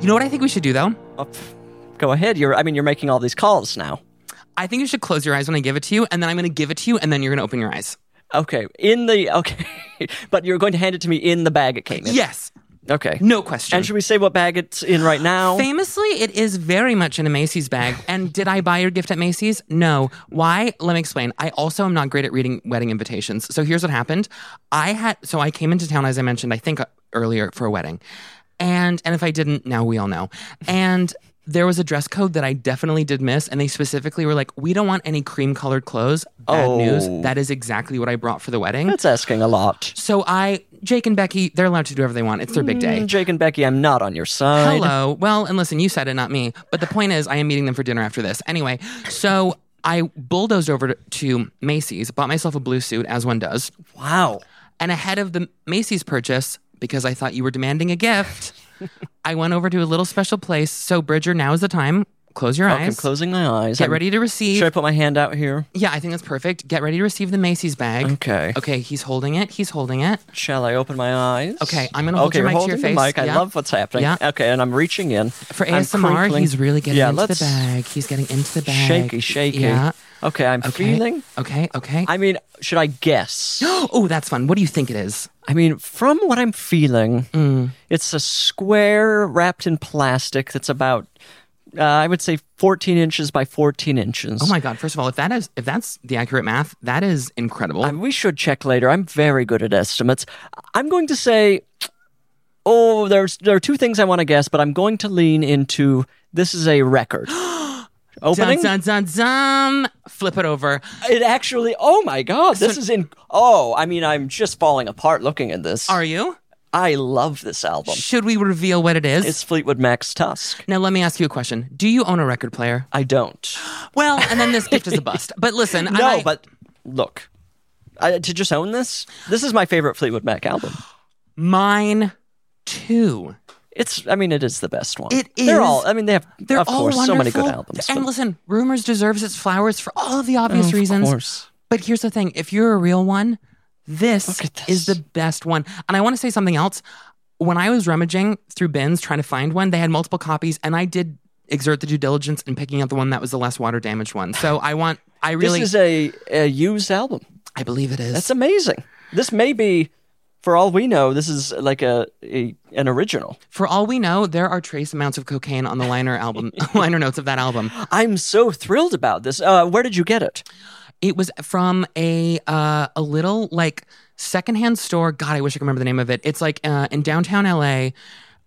you know what i think we should do though
Oh, pff, go ahead. You're, I mean, you're making all these calls now.
i think you should close your eyes when i give it to you and then i'm going to give it to you and then you're going to open your eyes
Okay, in the okay, but you're going to hand it to me in the bag it came in.
yes
Okay.
No question.
And should we say what bag it's in right now?
Famously, it is very much in a Macy's bag. And did I buy your gift at Macy's? No. Why? Let me explain. I also am not great at reading wedding invitations. So here's what happened. I had so I came into town as I mentioned, I think uh, earlier for a wedding. And and if I didn't, now we all know. And there was a dress code that I definitely did miss, and they specifically were like, "We don't want any cream-colored clothes." Bad
Oh.
news. That is exactly what I brought for the wedding.
That's asking a lot.
So I, Jake and Becky, they're allowed to do whatever they want. It's their big day.
Jake and Becky, I'm not on your side.
Hello. Well, and listen, you said it, not me. But the point is, I am meeting them for dinner after this. Anyway, so I bulldozed over to, to Macy's, bought myself a blue suit, as one does.
Wow.
And ahead of the Macy's purchase, because I thought you were demanding a gift, I went over to a little special place. So, Bridger, now is the time. Close your
Okay, I'm
eyes.
closing my eyes.
Get
I'm-
ready to receive.
Should I put my hand out here?
Yeah, I think that's perfect. Get ready to receive the Macy's bag.
Okay.
Okay, he's holding it. He's holding it.
Shall I open my eyes?
Okay, I'm gonna hold
okay,
your
you're
mic to your
holding the
face.
mic. I
Yeah.
love what's happening.
Yeah.
Okay, and I'm reaching in
For
I'm
ASMR,
crinkling.
he's really getting
yeah,
into
let's
the bag. He's getting into the bag.
Shaky, shaky.
Yeah.
Okay, I'm
Okay.
feeling.
Okay, okay.
I mean, should I guess?
oh, that's fun. What do you think it is?
I mean, from what I'm feeling,
Mm.
it's a square wrapped in plastic that's about, uh, I would say, 14 inches by 14 inches.
Oh my god! First of all, if that is if that's the accurate math, that is incredible.
And Um, we should check later. I'm very good at estimates. I'm going to say, oh, there's there are two things I want to guess, but I'm going to lean into this is a record. Opening
Dun, dun, dun, dun. Flip it over.
it actually. Oh my god, this is in. Oh, I mean, I'm just falling apart looking at this.
Are you?
I love this album.
Should we reveal what it is?
It's Fleetwood Mac's Tusk.
now let me ask you a question. Do you own a record player?
I don't.
Well, and then this gift is a bust. But listen, I
No,
might-
but look, I, to just own this. This is my favorite Fleetwood Mac album.
Mine too.
It's, I mean, it is the best one.
It
They're
is.
all, I mean, they have,
They're
of
all
course, so
wonderful.
many good albums.
And
but-
listen, Rumors deserves its flowers for all of the obvious
Of
reasons.
course.
But here's the thing if you're a real one, this,
Look at
is the
this.
best one. And I want to say something else. When I was rummaging through bins trying to find one, they had multiple copies, and I did exert the due diligence in picking up the one that was the less water damaged one. So I want, I really, I
This is a, a used album.
believe it is.
That's amazing. This may be, for all we know, this is like a, a an original.
For all we know, there are trace amounts of cocaine on the liner album, liner notes of that album.
I'm so thrilled about this. Uh, where did you get it?
It was from a uh, a little like secondhand store. God, I wish I could remember the name of it. It's like uh, in downtown LA.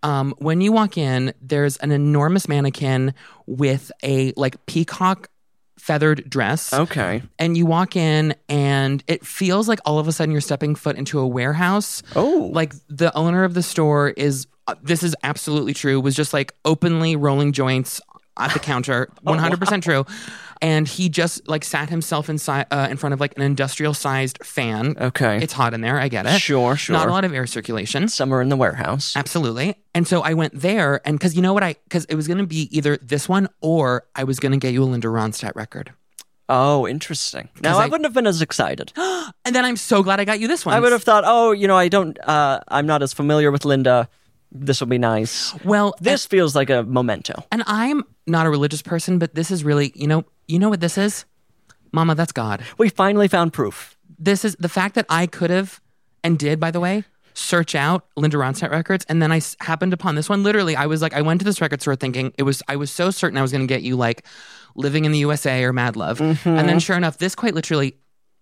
Um, when you walk in, there's an enormous mannequin with a like peacock feathered dress.
Okay.
And you walk in, and it feels like all of a sudden you're stepping foot into a warehouse.
Oh.
Like the owner of the store is, uh, this is absolutely true, was just like openly rolling joints at the counter,
Oh,
100% true. And he just like sat himself inside uh, in front of like an industrial sized fan.
Okay.
It's hot in there. I get it.
Sure, sure.
Not a lot of air circulation.
Summer in the warehouse.
Absolutely. And so I went there, and because you know what I, because it was going to be either this one or I was going to get you a Linda Ronstadt record.
Oh, interesting. Now I,
I-
wouldn't have been as excited.
And then I'm so glad I got you this one.
I would have thought, oh, you know, I don't. Uh, I'm not as familiar with Linda. This will be nice.
Well,
This feels like a memento.
and, and I'm not a religious person, but this is really, you know, you know what this is, Mama. That's God.
We finally found proof.
This is the fact that I could have and did, by the way, search out Linda Ronstadt records, and then I s- happened upon this one. Literally, I was like, I went to this record store thinking it was. I was so certain I was going to get you like Living in the USA or Mad Love,
Mm-hmm.
and then sure enough, this quite literally.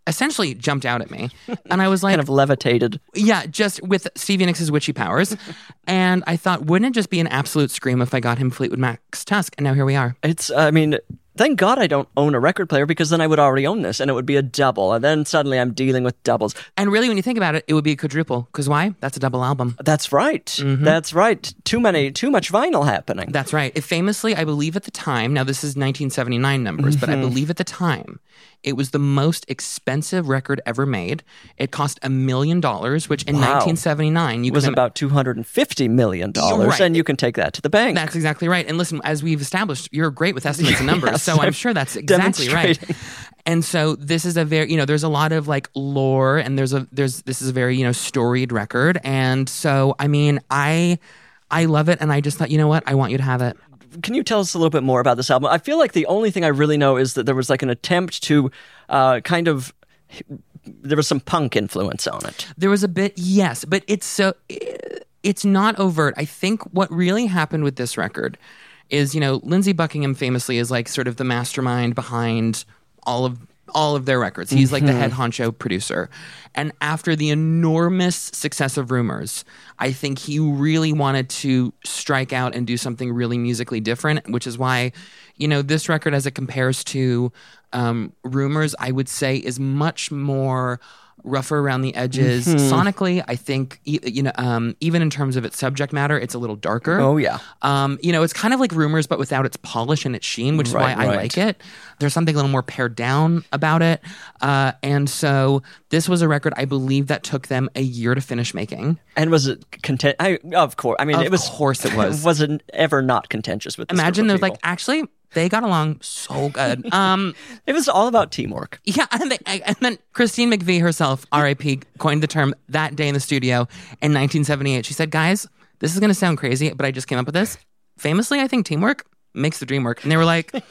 Essentially jumped out at me, and I was like,
Kind of levitated.
Yeah, just with Stevie Nicks' witchy powers. and I thought, wouldn't it just be an absolute scream if I got him Fleetwood Mac's Tusk? And now here we are.
It's. I mean, thank God I don't own a record player because then I would already own this, and it would be a double. And then suddenly I'm dealing with doubles.
And really, when you think about it, it would be a quadruple. Because why? That's a double album.
That's right.
Mm-hmm.
That's right. Too many. Too much vinyl happening.
That's right. It famously, I believe at the time, now this is 1979 numbers, but I
Mm-hmm.
believe at the time, it was the most expensive record ever made. It cost a million dollars, which in 1979, you
it was
can
about two hundred and fifty million dollars,
Right.
and you can take that to the bank.
That's exactly right. And listen, as we've established, you're great with estimates and numbers, so I'm sure that's exactly right.
demonstrating.
And so this is a very, you know, there's a lot of like lore, and there's a there's this is a very you know storied record, and so I mean, I I love it, and I just thought, you know what, I want you to have it.
can you tell us a little bit more about this album? I feel like the only thing I really know is that there was like an attempt to uh, kind of there was some punk influence on it.
There was a bit, yes, but it's so it's not overt. I think what really happened with this record is, you know, Lindsey Buckingham famously is like sort of the mastermind behind all of all of their records. He's like the head honcho producer. And after the enormous success of Rumors, I think he really wanted to strike out and do something really musically different, which is why, you know, this record as it compares to um, Rumors, I would say is much more rougher around the edges.
Mm-hmm.
Sonically, I think e- you know, um, even in terms of its subject matter, it's a little darker.
Oh, yeah.
um, you know, it's kind of like rumors, but without its polish and its sheen, which
Right,
is why I
right.
like it. There's something a little more pared down about it, uh, and so this was a record I believe that took them a year to finish making.
And was it content? I of course. I mean,
Of
it was.
course, it was.
wasn't ever not contentious with. This
Imagine
group
they're
of
like,
people.
actually, they got along so good. Um,
it was all about teamwork.
Yeah, and, they, and then Christine McVie herself, R.I.P., coined the term that day in the studio in 1978. She said, "Guys, this is going to sound crazy, but I just came up with this. Famously, I think teamwork makes the dream work." And they were like,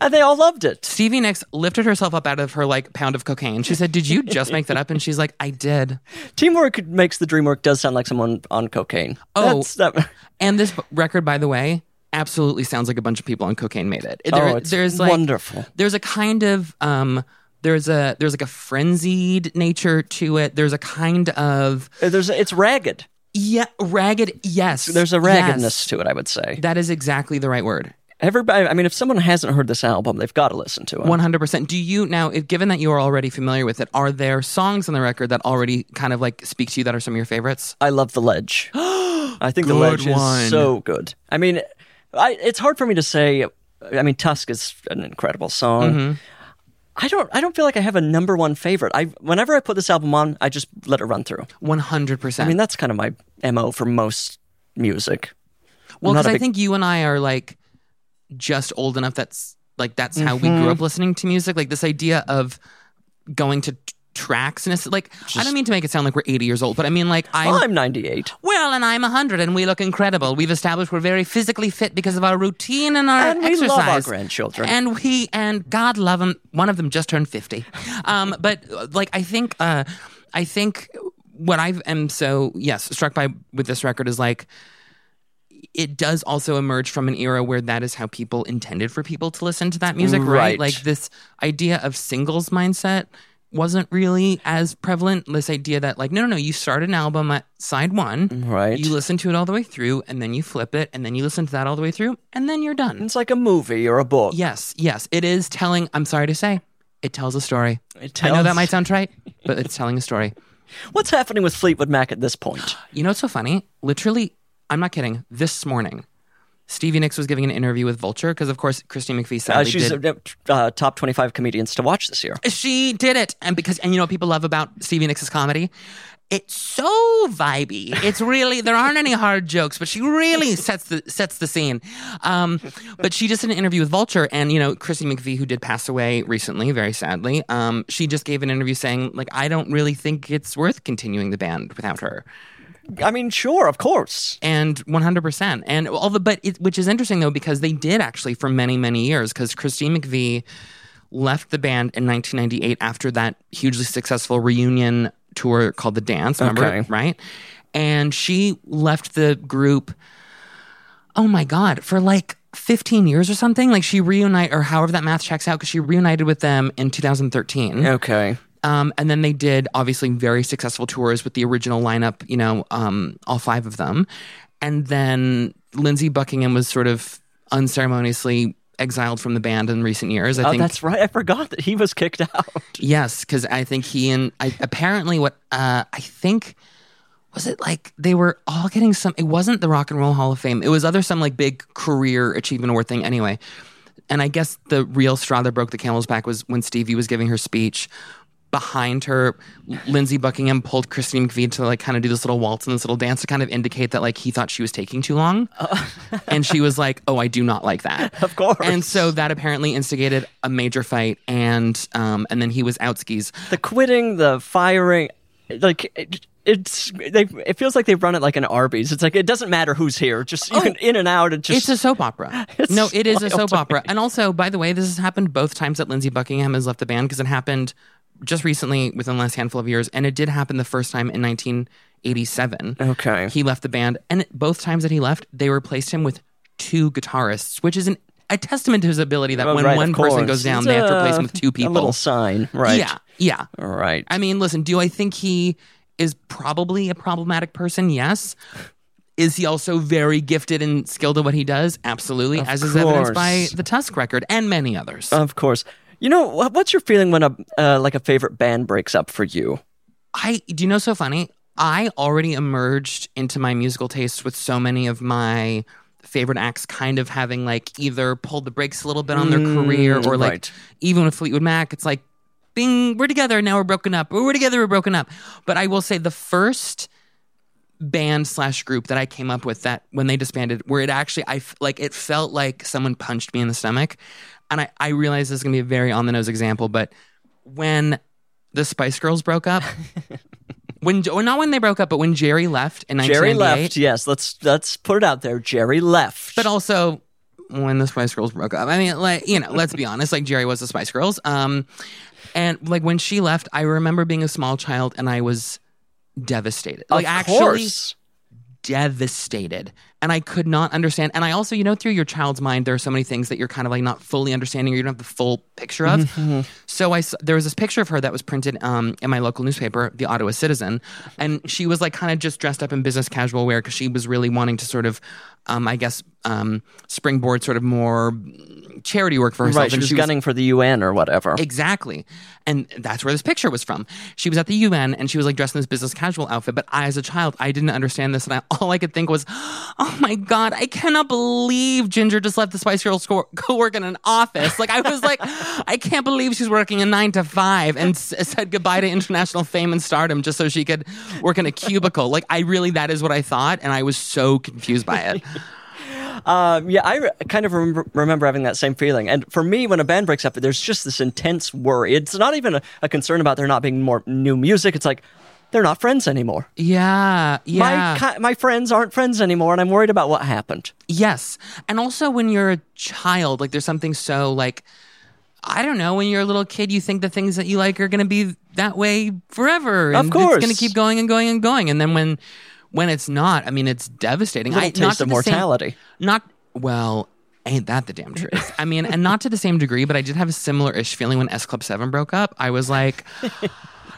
And they all loved it.
"Stevie Nicks lifted herself up out of her like pound of cocaine." She said, "Did you just make that up?" And she's like, "I did."
Teamwork makes the dream work. Does sound like someone on cocaine.
Oh.
That's, that,
And this b- record, by the way, absolutely sounds like a bunch of people on cocaine made it. There-
Oh, it's wonderful.
There's a kind of um, there's a there's like a frenzied nature to it. There's a kind of
there's it's ragged.
Yeah, ragged. Yes,
There's a raggedness
Yes.
to it. I would say.
That is exactly the right word.
Everybody. I mean, if someone hasn't heard this album, they've got to listen to it.
One hundred percent. Do you now, if given that you are already familiar with it, are there songs on the record that already kind of like speak to you that are some of your favorites?
I love the ledge. I think the
Good
ledge
one.
is so good. I mean,
Mm-hmm.
I, it's hard for me to say. I mean, Tusk is an incredible song. I don't. I don't feel like I have a number one favorite. I whenever I put this album on, I just let it run through.
One hundred
I
percent.
mean, that's kind of my mo for most music.
Well,
I'm not
because
a
I
big-
think you and I are like just old enough that's like that's how
Mm-hmm.
we grew up listening to music. Like this idea of going to t- tracks and it's like I don't mean to make it sound like we're 80 years old, but I mean like I'm
I'm 98,
well and I'm 100 and we look incredible. We've established we're very physically fit because of our routine and our
and we
exercise.
love our grandchildren.
And we and God love them. One of them just turned fifty. Um, but uh, like I think, uh, I think what I am so yes struck by with this record is like it does also emerge from an era where that is how people intended for people to listen to that music,
Right.
right? Like this idea of singles mindset wasn't really as prevalent. This idea that like no no no, you start an album at side one,
Right.
You listen to it all the way through, and then you flip it, and then you listen to that all the way through, and then you're done.
it's like a movie or a book.
Yes, yes. It is telling, I'm sorry to say, it tells a story.
It
I know
tells-
that might sound trite, but it's telling a story.
What's happening with Fleetwood Mac at this point?
You know what's so funny? Literally, I'm not kidding. This morning, Stevie Nicks was giving an interview with Vulture because, of course, Christine McVie
Uh,
sadly
she's
did.
uh, uh, top 25 comedians to watch this year.
she did it, and because and you know what people love about Stevie Nicks' comedy, it's so vibey. It's really there aren't any hard jokes, but she really sets the sets the scene. Um, but she just did an interview with Vulture, and you know Chrissy McVie, who did pass away recently, very sadly. Um, she just gave an interview saying like I don't really think it's worth continuing the band without her
I mean, sure, of course.
and 100% and all the but it, which is interesting though because they did actually for many many years because christine mcvie left the band in 1998 after that hugely successful reunion tour called the dance remember
Okay.
right and she left the group oh my god for like 15 years or something like she reunite or however that math checks out because she reunited with them in 2013
Okay.
um, and then they did obviously very successful tours with the original lineup, you know, um, all five of them. And then Lindsey Buckingham was sort of unceremoniously exiled from the band in recent years. I
Oh,
think
that's right. I forgot that he was kicked out.
yes, because I think he and I, apparently what uh, I think was it like they were all getting some. It wasn't the Rock and Roll Hall of Fame. It was other some like big career achievement award thing. Anyway, and I guess the real straw that broke the camel's back was when Stevie was giving her speech. Behind her, Lindsey Buckingham pulled Christine McVie to like kind of do this little waltz and this little dance to kind of indicate that like he thought she was taking too long, and she was like, "Oh, I do not like that."
Of course.
And so that apparently instigated a major fight, and um, and then he was out skis.
the quitting, the firing, like it, it's they. It feels like they run it like an Arby's. It's like it doesn't matter who's here. Just you can in and out and just
Oh, It's a soap opera.
It's
no, it is a
wild
soap
to
opera. And also, by the way, this has happened both times that Lindsey Buckingham has left the band because it happened just recently within the last handful of years, and it did happen the first time in 1987.
Okay.
he left the band, and both times that he left, they replaced him with two guitarists, which is an, a testament to his ability that
Oh,
when
right,
one
of
person
course.
goes down,
It's
they have to
a-
replace him with two
A
people.
little sign, right?
Yeah, yeah.
Right.
I mean, listen, do I think he is probably a problematic person? Yes. Is he also very gifted and skilled at what he does? Absolutely, as is evidenced by
course.
the Tusk record and many others.
of course. You know wh- what's your feeling when a uh, like a favorite band breaks up for you?
I do you know so funny? I already emerged into my musical tastes with so many of my favorite acts kind of having like either pulled the brakes a little bit on their career or like
right.
even with Fleetwood Mac, it's like bing, we're together, now we're broken up, or we're together, we're broken up. But I will say the first band slash group that I came up with that when they disbanded, where it actually I f- like it felt like someone punched me in the stomach, and I I realize this is gonna be a very on the nose example, but when the Spice Girls broke up, when or not when they broke up, but when Jerry left in
Jerry
1998,
left. Yes, let's let's put it out there. Jerry left.
but also when the Spice Girls broke up. I mean, like you know, let's be honest. Like Jerry was the Spice Girls. Um, and like when she left, I remember being a small child and I was devastated.
of
Like actually
course.
devastated, and I could not understand. And I also, you know, through your child's mind, there are so many things that you're kind of like not fully understanding or you don't have the full picture of.
Mm-hmm,
So I s- there was this picture of her that was printed um, in my local newspaper, the Ottawa Citizen, and she was like kind of just dressed up in business casual wear because she was really wanting to sort of um, I guess, um, springboard sort of more charity work for herself.
Right, she
and
was gunning for the UN or whatever.
Exactly. And that's where this picture was from. She was at the UN and she was like dressed in this business casual outfit. But I, as a child, I didn't understand this. And I, all I could think was, oh my God, I cannot believe Ginger just left the Spice Girls go, go work in an office. Like, I was like, I can't believe she's working a nine to five and s- said goodbye to international fame and stardom just so she could work in a cubicle. Like, I really, that is what I thought. And I was so confused by it.
Um, yeah, I re- kind of remember, remember having that same feeling. And for me, when a band breaks up, there's just this intense worry. It's not even a, a concern about there not being more new music. It's like they're not friends anymore.
Yeah. Yeah.
My ki- my friends aren't friends anymore, and I'm worried about what happened.
Yes. And also when you're a child, like there's something so like I don't know, when you're a little kid, you think the things that you like are gonna be that way forever.
Of
and It's gonna
course.
keep going and going and going. And then when when it's not, I mean it's devastating.
Little
I,
taste
not to
of
the same-
mortality.
not well, ain't that the damn truth. I mean, and not to the same degree, but I did have a similar ish feeling when S Club Seven broke up. I was like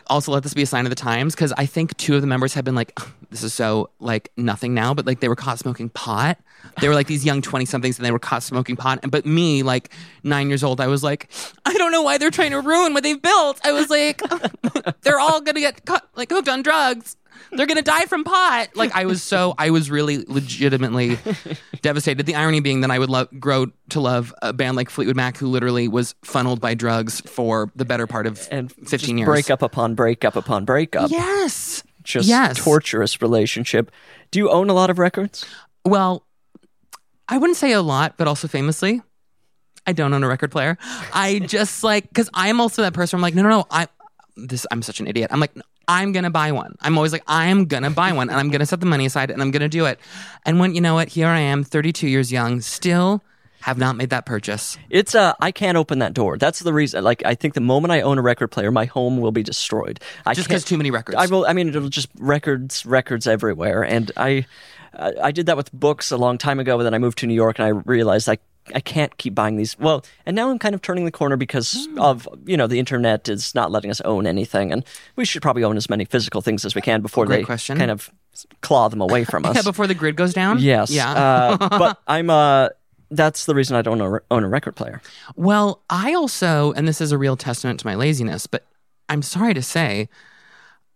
also let this be a sign of the times because I think two of the members have been like, this is so like nothing now, but like they were caught smoking pot. They were like these young 20 somethings and they were caught smoking pot. And but me, like nine years old, I was like, I don't know why they're trying to ruin what they've built. I was like, they're all gonna get cut, like hooked on drugs. They're gonna die from pot. Like I was so I was really legitimately devastated. The irony being that I would love grow to love a band like Fleetwood Mac, who literally was funneled by drugs for the better part of
And just
fifteen years.
Breakup upon breakup upon breakup.
Yes.
Just
yes.
torturous relationship. Do you own a lot of records?
Well, I wouldn't say a lot, but also famously, I don't own a record player. I just like because I'm also that person. I'm like, no, no, no. I this. I'm such an idiot. I'm like, I'm gonna buy one. I'm always like, I'm gonna buy one, and I'm gonna set the money aside, and I'm gonna do it. And when you know what, here I am, 32 years young, still have not made that purchase.
It's uh, I can't open that door. That's the reason. Like, I think the moment I own a record player, my home will be destroyed. I
Just
can't-
'cause too many records.
I will. I mean, it'll just records, records everywhere. And I, I I did that with books a long time ago. But then I moved to New York, and I realized I I can't keep buying these. Well, and now I'm kind of turning the corner because
Hmm.
of you know the internet is not letting us own anything, and we should probably own as many physical things as we can before
Great
they
question.
kind of claw them away from us.
Yeah, before the grid goes down.
Yes.
Yeah.
uh, but I'm. Uh, that's the reason I don't own a- own a record player.
Well, I also, and this is a real testament to my laziness, but I'm sorry to say,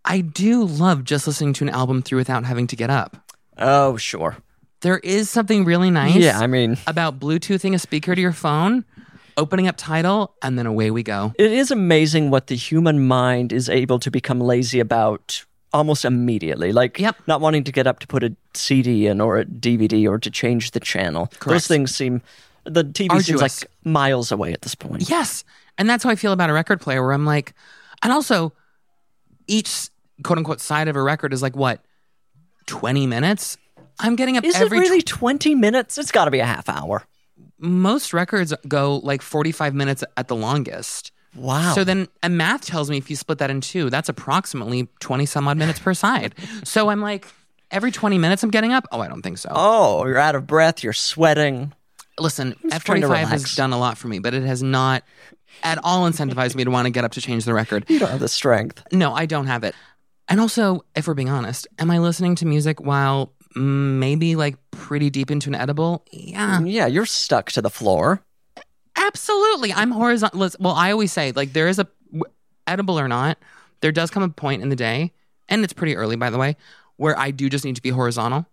I do love just listening to an album through without having to get up.
Oh, sure.
There is something really nice
Yeah, I mean,
about Bluetoothing a speaker to your phone, opening up title, and then away we go.
it is amazing what the human mind is able to become lazy about almost immediately. Like,
Yep.
not wanting to get up to put a CD in or a DVD or to change the channel. Those
Correct.
things seem, the TV seems
Arduous.
like miles away at this point.
Yes. And that's how I feel about a record player where I'm like, and also each quote unquote side of a record is like what, 20 minutes? I'm getting up
Is
every
it really 20 minutes? It's got to be a half hour.
most records go like 45 minutes at the longest.
Wow.
So then, and math tells me if you split that in two, that's approximately 20 some odd minutes per side. So I'm like, every 20 minutes I'm getting up? Oh, I don't think so.
Oh, you're out of breath. You're sweating.
Listen,
trying to
F45
relax.
has done a lot for me, but it has not at all incentivized me to want to get up to change the record.
You don't have the strength.
No, I don't have it. And also, if we're being honest, am I listening to music while mm, maybe like pretty deep into an edible? Yeah.
Yeah, you're stuck to the floor.
Absolutely. I'm horizontal. lis- Well, I always say, like, there is a, w- edible or not, there does come a point in the day, and it's pretty early, by the way, where I do just need to be horizontal.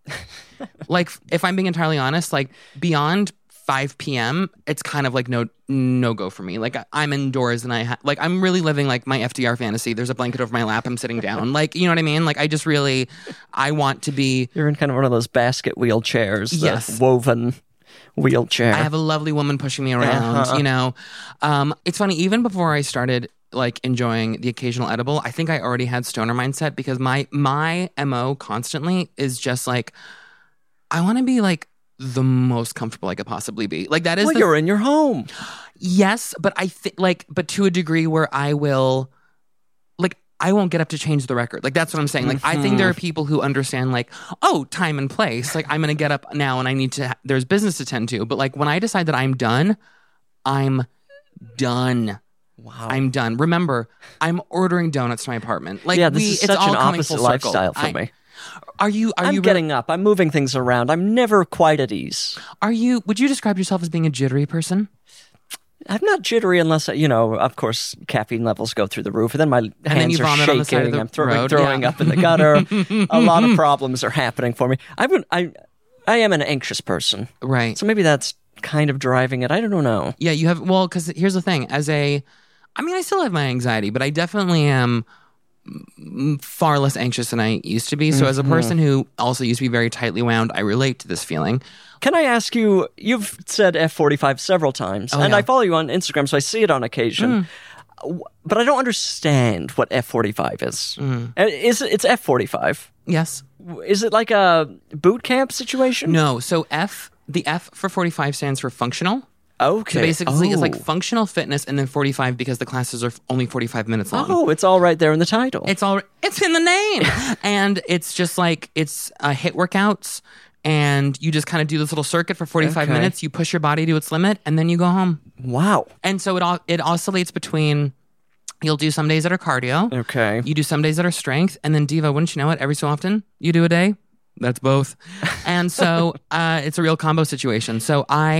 like, if I'm being entirely honest, like, beyond 5 p.m., it's kind of like no, no go for me. Like, I, I'm indoors and I, ha- like, I'm really living like my FDR fantasy. There's a blanket over my lap. I'm sitting down. Like, you know what I mean? Like, I just really, I want to be.
You're in kind of one of those basket wheelchairs, the
Yes.
woven wheelchair.
I have a lovely woman pushing me around, you know. Um, it's funny, even before I started like enjoying the occasional edible, I think I already had stoner mindset because my my MO constantly is just like I want to be like the most comfortable I could possibly be. Like that is
well,
the
you're in your home.
Yes, but I think like, but to a degree where I will, like, I won't get up to change the record. Like that's what I'm saying. Like I think there are
Mm-hmm.
people who understand like, oh, time and place. Like I'm gonna get up now and I need to. Ha- there's business to tend to. But like when I decide that I'm done, I'm done.
Wow.
I'm done. Remember, I'm ordering donuts to my apartment. Like
yeah, this
we-
is
it's
such
all
an
coming
opposite
full circle.
lifestyle for
I-
me.
Are you are
I'm
you re-
getting up. I'm moving things around. I'm never quite at ease.
are you would you describe yourself as being a jittery person?
I'm not jittery unless, uh, you know, of course, caffeine levels go through the roof, and then my
then
hands
you
are
vomit on the side of
shaking.
the
I'm throwing,
road,
throwing
yeah.
up in the gutter. a lot of problems are happening for me. I would, I, I am an anxious person,
Right.
so maybe that's kind of driving it. I don't know.
Yeah, you have well cuz here's the thing as a I mean I still have my anxiety, but I definitely am mm, far less anxious than I used to be. So
Mm-hmm.
as a person who also used to be very tightly wound, I relate to this feeling.
Can I ask you? You've said F45 several times, and
Oh, yeah. Mm.
I follow you on Instagram, so I see it on occasion. W But I don't understand what F45 is.
Mm.
Uh, Is it, it's F45?
Yes.
Is it like a boot camp situation?
No, so F the F for 45 stands for functional.
Okay.
So basically, it's like
Oh.
functional fitness, and then forty-five because the classes are f- only forty-five minutes long.
Oh, it's all right there in the title.
It's all it's in the name, and it's just like it's uh, hit workouts, and you just kind of do this little circuit for forty-five
Okay.
minutes. You push your body to its limit, and then you go home.
wow.
And so it all it oscillates between. You'll do some days that are cardio.
Okay.
You do some days that are strength, and then diva. Wouldn't you know it? Every so often, you do a day. That's both, and so uh, it's a real combo situation. So I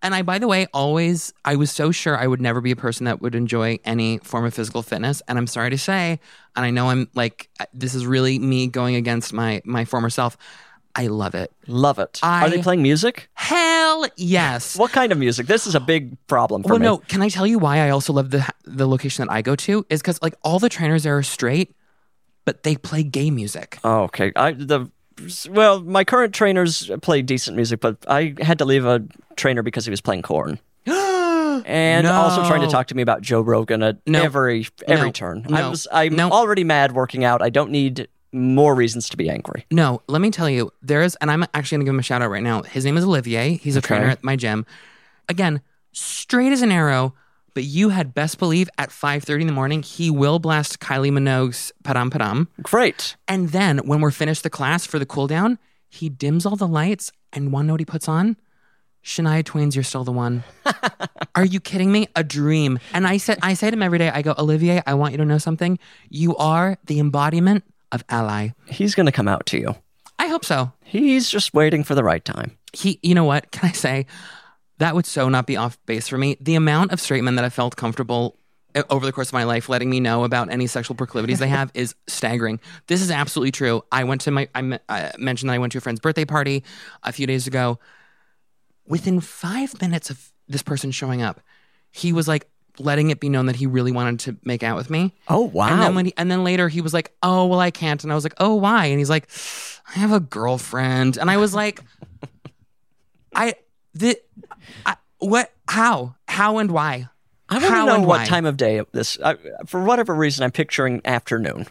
and I, by the way, always I was so sure I would never be a person that would enjoy any form of physical fitness, and I'm sorry to say, and I know I'm like uh, this is really me going against my my former self. I love it.
Love it.
I-
Are they playing music?
Hell yes.
What kind of music? This is a big problem for
well,
me.
no. Can I tell you why I also love the the location that I go to is because like all the trainers there are straight, but they play gay music.
Oh, okay. I the well, my current trainers play decent music, but I had to leave a trainer because he was playing corn. And also trying to
No.
talk to me about Joe Rogan at
No.
every every
No.
turn. I
No.
was I'm
No.
already mad working out. I don't need more reasons to be angry.
No, let me tell you, there is, and I'm actually going to give him a shout out right now. His name is Olivier. He's a trainer at my gym. Again, straight as an arrow, but you had best believe at 5.30 in the morning, he will blast Kylie Minogue's Padam Padam.
Great.
And then when we're finished the class for the cool down, he dims all the lights and one note he puts on? Shania Twain's You're Still the One. Are you kidding me? A dream. And I said I say to him every day, I go, Olivier, I want you to know something. You are the embodiment of ally.
He's going to come out to you.
I hope so.
He's just waiting for the right time.
he you know what can i say that would so not be off base for me the amount of straight men that i felt comfortable uh, over the course of my life letting me know about any sexual proclivities they have is staggering this is absolutely true i went to my i, me- I mentioned that i went to a friend's birthday party a few days ago within five minutes of this person showing up he was like letting it be known that he really wanted to make out with me
Oh, wow.
and then when he, and then later he was like, "Oh well, I can't," and I was like, "Oh why?" And he's like, "I have a girlfriend," and I was like, "I the I, what? How? How and why?"
I want
How
to know
and
what
why?
time of day this. I, for whatever reason, I'm picturing afternoon.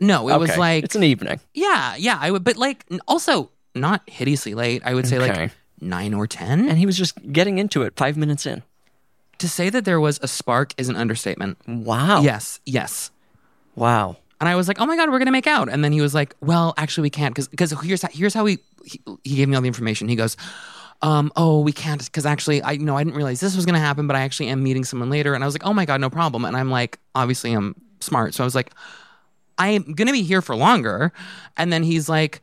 No, it was
Okay,
like
it's an evening.
yeah, yeah. I would, but like n- also not hideously late. I would say like
Okay.
nine or ten.
And he was just getting into it five minutes in.
to say that there was a spark is an understatement.
Wow.
Yes, yes.
Wow.
And I was like, "Oh my god, we're gonna make out." And then he was like, "Well, actually, we can't because because here's how, here's how he, he he gave me all the information. He goes, um, oh, we can't because actually, I no, I didn't realize this was gonna happen, but I actually am meeting someone later." And I was like, "Oh my god, no problem." And I'm like, obviously, I'm smart, so I was like, "I'm gonna be here for longer." And then he's like,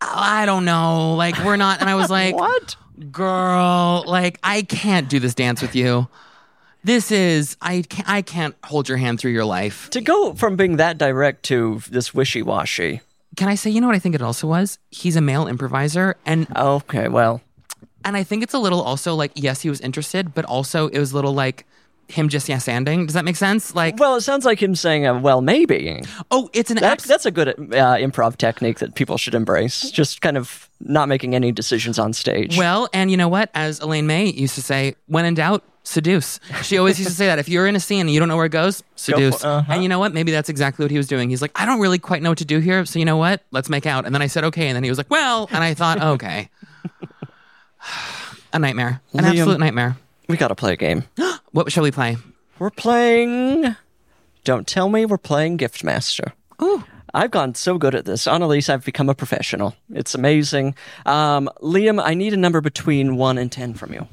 "Oh, "I don't know, like we're not." And I was like,
What?
girl? Like I can't do this dance with you." This is I can't I can't hold your hand through your life.
To go from being that direct to this wishy washy.
can I say, you know what I think it also was? He's a male improviser and
Okay, well,
and I think it's a little also like, yes, he was interested, but also it was a little like him just yes anding. Does that make sense? Like
well, it sounds like him saying, uh, "Well, maybe."
oh, it's an
That,
abs-
that's a good uh, improv technique that people should embrace. Just kind of not making any decisions on stage.
well, and you know what? As Elaine May used to say, when in doubt, seduce. She always used to say that. If you're in a scene and you don't know where it goes, seduce.
uh-huh.
And you know what? Maybe that's exactly what he was doing. He's like, I don't really quite know what to do here, so you know what? Let's make out. And then I said, okay. And then he was like, well, and I thought, okay. a nightmare. An
Liam.
absolute nightmare.
we got to play a game.
What shall we play?
We're playing. Don't tell me we're playing Gift Master.
Ooh.
I've gone so good at this. Annalise, I've become a professional. It's amazing. Um, Liam, I need a number between 1 and 10 from you.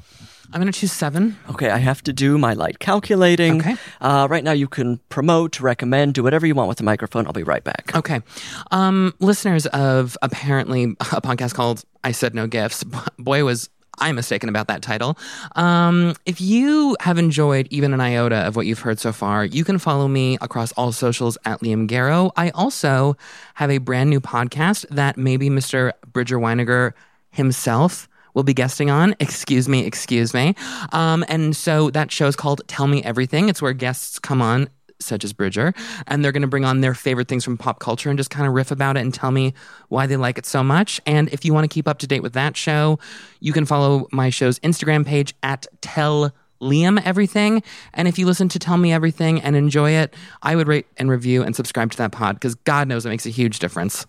I'm going to choose seven.
Okay, I have to do my light calculating.
Okay.
Uh, right now, you can promote, recommend, do whatever you want with the microphone. I'll be right back.
Okay. Um, listeners of apparently a podcast called I Said No Gifts, b- boy, was I mistaken about that title. Um, if you have enjoyed even an iota of what you've heard so far, you can follow me across all socials at Liam Garrow. I also have a brand new podcast that maybe Mr. Bridger Weiniger himself will be guesting on. Excuse me, excuse me. Um, and so that show is called Tell Me Everything. It's where guests come on such as Bridger, and they're going to bring on their favorite things from pop culture and just kind of riff about it and tell me why they like it so much. And if you want to keep up to date with that show, you can follow my show's Instagram page at Tell Liam Everything. And if you listen to Tell Me Everything and enjoy it, I would rate and review and subscribe to that pod because God knows it makes a huge difference.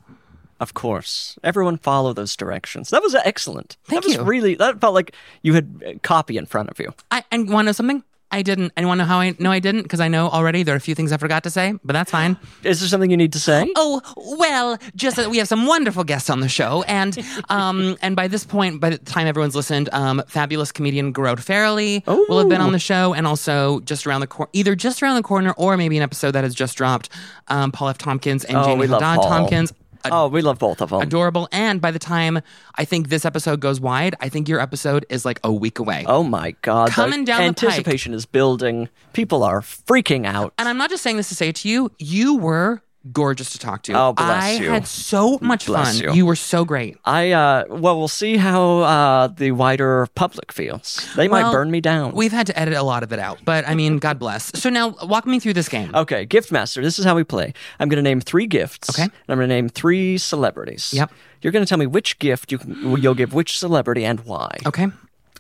Of course. Everyone follow those directions. That was excellent.
Thank
that was
you.
really, that felt like you had uh, copy in front of you.
I, and want to know something? I didn't. And want to know how I know I didn't? Because I know already there are a few things I forgot to say, but that's fine.
Is there something you need to say?
Oh well, just that we have some wonderful guests on the show, and um, and by this point, by the time everyone's listened, um, fabulous comedian Garode Farrelly will have been on the show, and also just around the corner, either just around the corner or maybe an episode that has just dropped, um, Paul F. Tompkins and
Oh,
Jamie
we love
Haddad
Paul.
Tompkins. A-
Oh, we love both of them.
Adorable, and by the time I think this episode goes wide, I think your episode is like a week away.
Oh my God. the
Coming down the pike.
Anticipation is building. People are freaking out.
And I'm not just saying this to say it to you. You were gorgeous to talk to.
Oh, bless
I
you.
had so much
Bless
fun.
you.
were so great.
I uh well we'll see how uh the wider public feels. They might
Well,
burn me down.
We've had to edit a lot of it out, but I mean, God bless. So now walk me through this game.
Okay, gift master. This is how we play. I'm going to name three gifts.
Okay.
and I'm going to name three celebrities.
Yep.
You're going to tell me which gift you can, you'll give which celebrity and why.
Okay.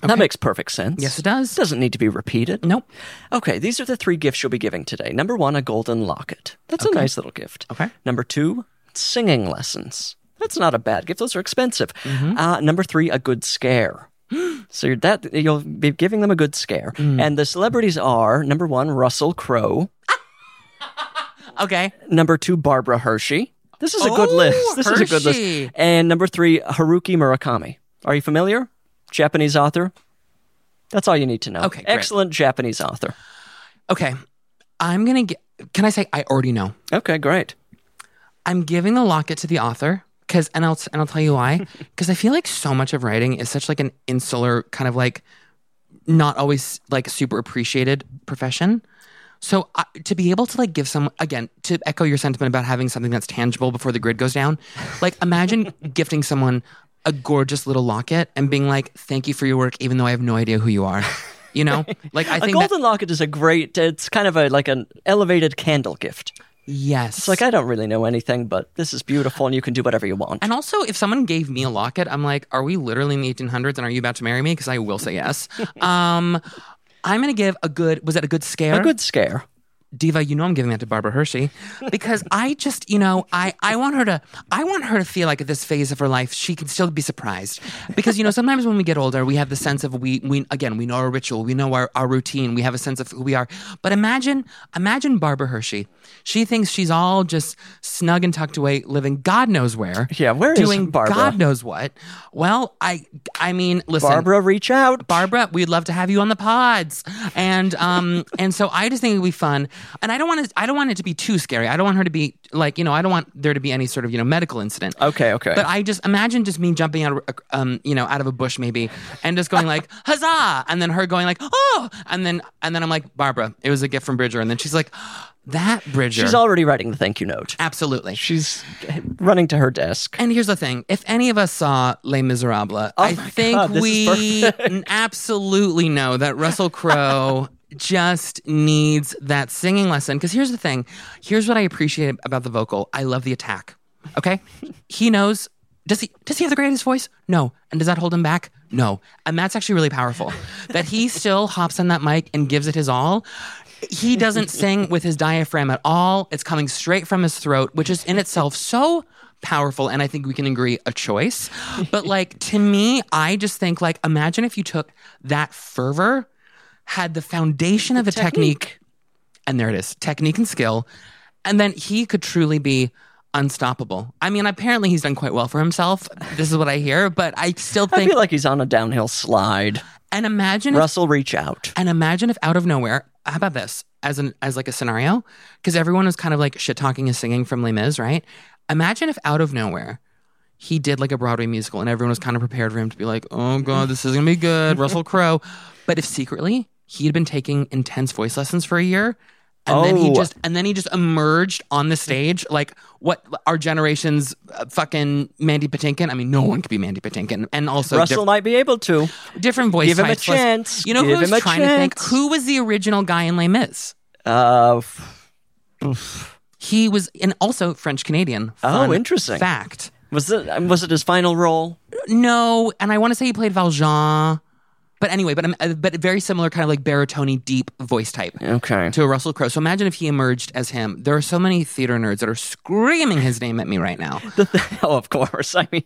That makes perfect sense.
Yes, it does.
Doesn't need to be repeated.
Nope.
Okay, these are the three gifts you'll be giving today. Number one, a golden locket. That's a nice little gift.
Okay.
Number two, singing lessons. That's not a bad gift. Those are expensive.
Mm-hmm.
Uh, number three, a good scare. so you're that you'll be giving them a good scare.
Mm.
And the celebrities are number one, Russell Crowe.
Okay.
Number two, Barbara Hershey. This is a good
Oh,
list. This is a good
Hershey.
list. And number three, Haruki Murakami. Are you familiar? Japanese author. That's all you need to know.
Okay, great.
Excellent Japanese author.
Okay. I'm going to get, can I say, I already know.
Okay, great.
I'm giving the locket to the author. Cause and I'll t- and I'll tell you why. Because I feel like so much of writing is such like an insular kind of like not always like super appreciated profession. So I to be able to like give some again to echo your sentiment about having something that's tangible before the grid goes down, like imagine gifting someone a gorgeous little locket and being like, "Thank you for your work, even though I have no idea who you are." You know, like I
A
think that-
golden locket is a great. It's kind of a like an elevated candle gift.
yes,
It's like I don't really know anything, but this is beautiful, and you can do whatever you want.
And also, if someone gave me a locket, I'm like, are we literally in the 1800s and are you about to marry me? Because I will say yes. um, I'm going to give a good, was that a good scare?
A good scare.
Diva, you know I'm giving that to Barbara Hershey because I just, you know, I, I want her to, I want her to feel like at this phase of her life, she can still be surprised. Because, you know, sometimes when we get older, we have the sense of we, we again, we know our ritual, we know our, our routine, we have a sense of who we are. But imagine, imagine Barbara Hershey. She thinks she's all just snug and tucked away, living God knows where.
Yeah, where is
doing
Barbara?
God knows what. Well, I, I mean, listen.
Barbara, reach out.
Barbara, we'd love to have you on the pods. And um and so I just think it'd be fun. And I don't want to I don't want it to be too scary. I don't want her to be like, you know, I don't want there to be any sort of, you know, medical incident.
Okay, okay.
But I just imagine just me jumping out of a- um, you know, out of a bush maybe and just going like, "Huzzah!" and then her going like, "Oh!" and then and then I'm like, "Barbara, it was a gift from Bridger." And then she's like, "That Bridger."
She's already writing the thank you note.
Absolutely.
She's running to her desk.
And here's the thing: if any of us saw Les Miserables, I
Oh my
think
God, this is
we
perfect.
n- absolutely know that Russell Crowe just needs that singing lesson. Because here's the thing: here's what I appreciate about the vocal. I love the attack. Okay, he knows. Does he does he have the greatest voice? No. And does that hold him back? No. And that's actually really powerful. that he still hops on that mic and gives it his all. He doesn't sing with his diaphragm at all. It's coming straight from his throat, which is in itself so powerful and I think we can agree a choice. But like to me, I just think like imagine if you took that fervor, had the foundation of a technique. and there it is, technique and skill, and then he could truly be unstoppable. I mean, apparently he's done quite well for himself. This is what I hear, but I still
I
think
feel like he's on a downhill slide.
And imagine if
Russell, reach out.
And imagine if out of nowhere, how about this as an as like a scenario? Because everyone was kind of like shit talking and singing from Les Mis, right? Imagine if out of nowhere he did like a Broadway musical and everyone was kind of prepared for him to be like, oh
Mm-hmm.
god, this is gonna be good, Russell Crowe. But if secretly he had been taking intense voice lessons for a year. And then he
Oh.
just and then he just emerged on the stage like what our generation's uh, fucking Mandy Patinkin. I mean, no one could be Mandy Patinkin, and also
Russell
diff-
might be able to.
different voice
Give him a
types. Let's-
chance.
You know
Give
who's
him a
trying to think?
chance.
Who was the original guy in Les Mis?
Uh,
He was, and also French Canadian. Fun
Oh, interesting.
Fact.
was it was it his final role?
No, and I want to say he played Valjean, but anyway, but um, uh, but a very similar kind of like baritone deep voice type.
Okay.
To a Russell Crowe. So imagine if he emerged as him. There are so many theater nerds that are screaming his name at me right now.
oh, of course. I mean,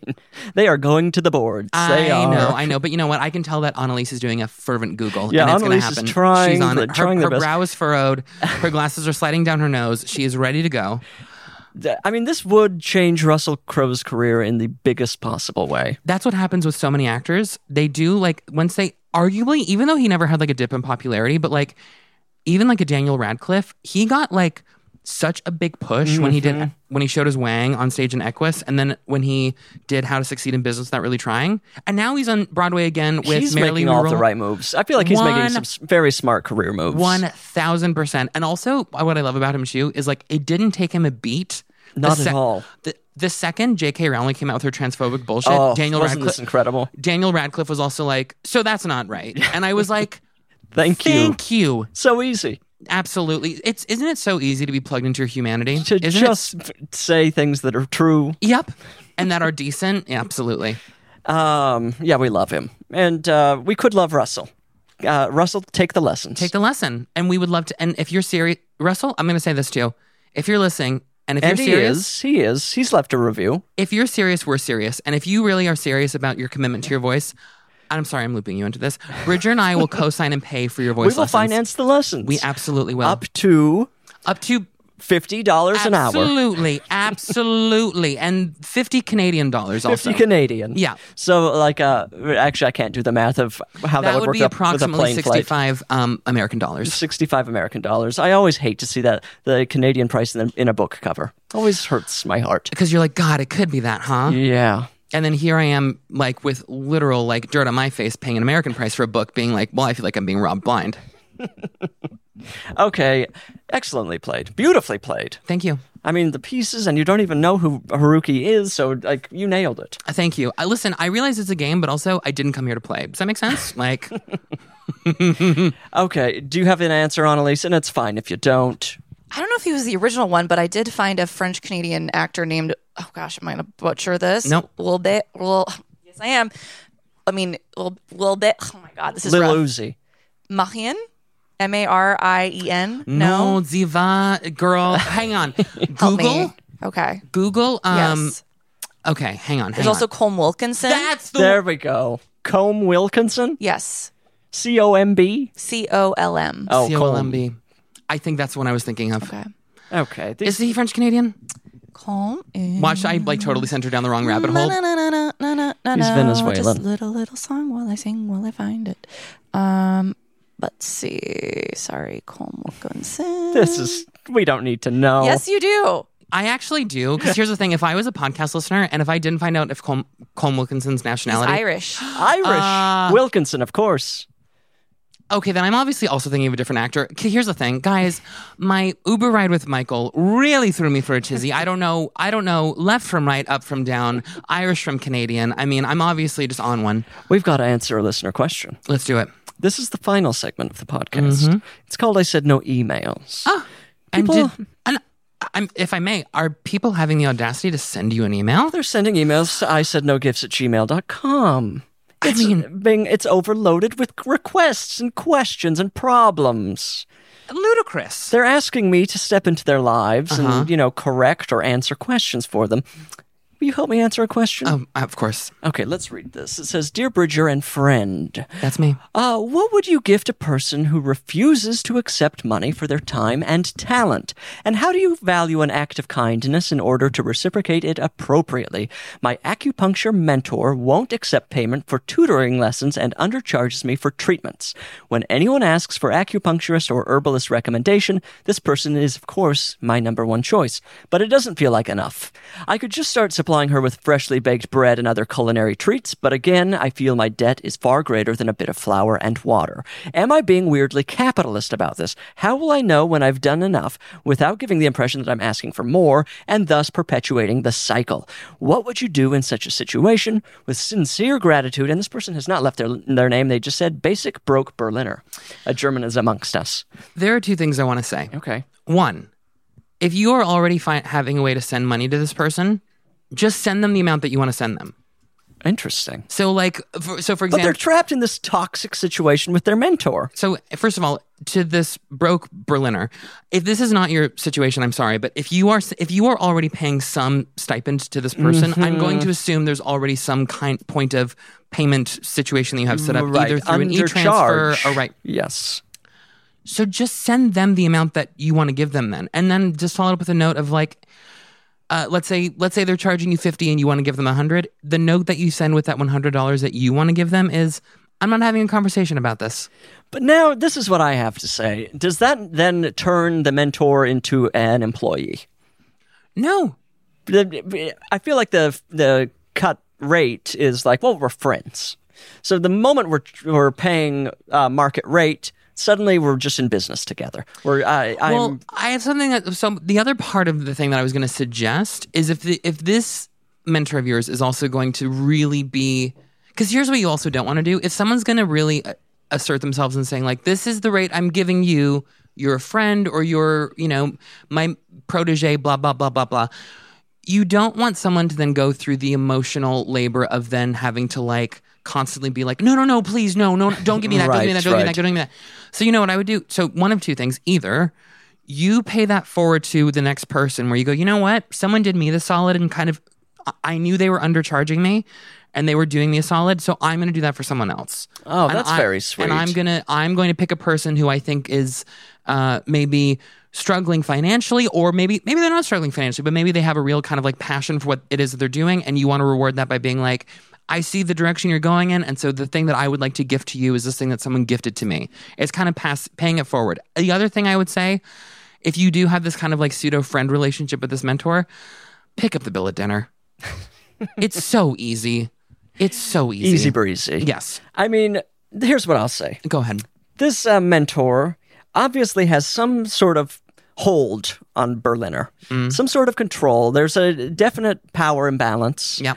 they are going to the boards. they
I
are.
know, I know, but you know what? I can tell that Annalise is doing a fervent Google.
Yeah,
and it's gonna
Annalise is
happen. She's
trying-
on it. Her,
trying
her
their best.
brow is furrowed. Her glasses are sliding down her nose. She is ready to go.
Th- I mean, this would change Russell Crowe's career in the biggest possible way.
That's what happens with so many actors. They do like once they arguably, even though he never had like a dip in popularity, but like even like a Daniel Radcliffe, he got like such a big push when he did
Mm-hmm.
when he showed his Wang on stage in Equus, and then when he did How to Succeed in Business Not Really Trying, and now he's on Broadway again with
he's
Marilyn
making all the
Monroe.
right moves. I feel like he's
One-
making some s- very smart career moves.
One uh, thousand percent. And also, what I love about him too is like it didn't take him a beat. The
Not at all.
The, the second J.K. Rowling came out with her transphobic bullshit,
Oh,
Daniel
wasn't
Radcliffe.
this incredible?
Daniel Radcliffe was also like, "So that's not right," and I was like,
Thank, you.
"Thank you,
So easy
absolutely." It's isn't it so easy to be plugged into your humanity?
to
isn't
just f- say things that are true.
it? Yep, and that are decent. Yeah, absolutely.
Um, yeah, we love him, and uh, we could love Russell. Uh, Russell, take the lessons.
Take the lesson, and we would love to. And if you're serious, Russell, I'm going to say this too. If you're listening, and if
and
you're
he
serious,
is. He is. He's left a review.
if you're serious, we're serious. And if you really are serious about your commitment to your voice, I'm sorry I'm looping you into this. Bridger and I will co-sign and pay for your voice
we will
lessons.
finance the lessons.
We absolutely will.
up to
Up to
fifty dollars an hour.
absolutely, absolutely, and fifty Canadian dollars also.
Fifty Canadian.
Yeah.
So like, uh, actually, I can't do the math of how that,
that would
work
be
up with a
approximately
plane flight.
sixty-five um, American dollars.
65 American dollars. I always hate to see that the Canadian price in, in a book cover. Always hurts my heart.
Because you're like, God, it could be that, huh?
Mm-hmm. Yeah.
And then here I am, like with literal like dirt on my face, paying an American price for a book, being like, well, I feel like I'm being robbed blind.
Okay. Excellently played. Beautifully played.
Thank you.
I mean, the pieces, and you don't even know who Haruki is, so like you nailed it.
Uh, Thank you. I listen. I realize it's a game, but also I didn't come here to play. Does that make sense? Like,
Okay. Do you have an answer, Annalise? And it's fine if you don't.
I don't know if he was the original one, but I did find a French Canadian actor named. Oh gosh, am I going to butcher this?
Nope.
Lil Bit. Lil. Yes, I am. I mean, Lil, Lil Bit. Oh my God, this is
Little
rough.
Uzi.
Marien. M A R I E N.
no,
No.
Ziva, girl, hang on.
Help me.
Google,
Okay.
Google. Um,
yes.
okay, hang on. Hang
There's also
on.
Colm Wilkinson.
that's the
There we go. Combe Wilkinson?
yes.
C O M B?
C O L M.
Oh, Combe.
CLMB. I think that's what I was thinking of.
Okay.
Okay.
Is he French Canadian?
Colm. is-
Watch, I like
Mm.
totally sent her down the wrong rabbit
Na,
hole.
na, na, na, na, na, na,
He's
na.
Venezuelan.
Just little little song while I sing while I find it. Um, let's see. Sorry, Colm Wilkinson.
this is. We don't need to know.
Yes, you do.
I actually do because here's the thing: if I was a podcast listener and if I didn't find out if Colm, Colm Wilkinson's
He's
nationality,
Irish.
Irish.
Uh,
Wilkinson, of course.
Okay, then I'm obviously also thinking of a different actor. Okay, here's the thing, guys. My Uber ride with Michael really threw me for a tizzy. I don't know. I don't know left from right, up from down, Irish from Canadian. I mean, I'm obviously just on one.
We've got to answer a listener question.
Let's do it.
This is the final segment of the podcast.
Mm-hmm.
It's called I Said No Emails.
Ah. And,
People-
did, and I'm, if I may, are people having the audacity to send you an email?
They're sending emails to I said no gifts at gmail.com. It's, I mean, being, it's overloaded with requests and questions and problems.
Ludicrous. Uh-huh.
They're asking me to step into their lives and, you know, correct or answer questions for them. Will you help me answer a question?
Um, of course,
Okay, let's read this. It says Dear Bridger and friend,
that's me.
uh, what would you gift a person who refuses to accept money for their time and talent? And how do you value an act of kindness in order to reciprocate it appropriately? My acupuncture mentor won't accept payment for tutoring lessons and undercharges me for treatments. When anyone asks for acupuncturist or herbalist recommendation, this person is, of course, my number one choice. But it doesn't feel like enough. I could just start supplying her with freshly baked bread and other culinary treats, but again, I feel my debt is far greater than a bit of flour and water. Am I being weirdly capitalist about this? How will I know when I've done enough without giving the impression that I'm asking for more and thus perpetuating the cycle? What would you do in such a situation? With sincere gratitude, and this person has not left their, their name, they just said basic broke Berliner. A German is amongst us.
There are two things I want to say.
Okay.
One, if you are already fi- having a way to send money to this person, just send them the amount that you want to send them.
Interesting.
So, like, for, so for
But they're
example,
trapped in this toxic situation with their mentor.
so first of all, to this broke Berliner, if this is not your situation, I'm sorry, but if you are s- if you are already paying some stipend to this person, I'm going
Mm-hmm.
to assume there's already some kind point of payment situation that you have set up either through an
under
e-transfer
charge.
or right.
Yes.
So just send them the amount that you want to give them then. And then just follow it up with a note of like, uh, let's say let's say they're charging you 50 and you want to give them 100. The note that you send with that $100 that you want to give them is, I'm not having a conversation about this.
But now this is what I have to say. Does that then turn the mentor into an employee?
No.
The- I feel like the the cut rate is like, well, we're friends. So the moment we're we're paying uh, market rate, suddenly we're just in business together. We're I, I'm
Well, I have something that so the other part of the thing that I was going to suggest is if the, if this mentor of yours is also going to really be because here's what you also don't want to do if someone's going to really uh, assert themselves and saying like this is the rate I'm giving you you're a friend or you're you know my protege blah blah blah blah blah you don't want someone to then go through the emotional labor of then having to like constantly be like, no, no, no, please, no, no, don't give me that, don't give me
Right,
that, don't give me
right.
that, don't give me that. So you know what I would do? So one of two things: either you pay that forward to the next person, where you go, you know what, someone did me the solid and kind of, I- I knew they were undercharging me, and they were doing me a solid, so I'm going to do that for someone else.
Oh,
And
that's
I-
very sweet.
And I'm gonna I'm going to pick a person who I think is uh, maybe struggling financially, or maybe maybe they're not struggling financially, but maybe they have a real kind of like passion for what it is that they're doing, and you want to reward that by being like. I see the direction you're going in, and so the thing that I would like to gift to you is this thing that someone gifted to me. It's kind of pass, paying it forward. The other thing I would say, if you do have this kind of like pseudo friend relationship with this mentor, pick up the bill at dinner. it's so easy. It's so easy.
easy breezy.
Yes.
I mean, here's what I'll say.
Go ahead.
this uh, mentor obviously has some sort of hold on Berliner, some sort of control. There's a definite power imbalance.
Yeah.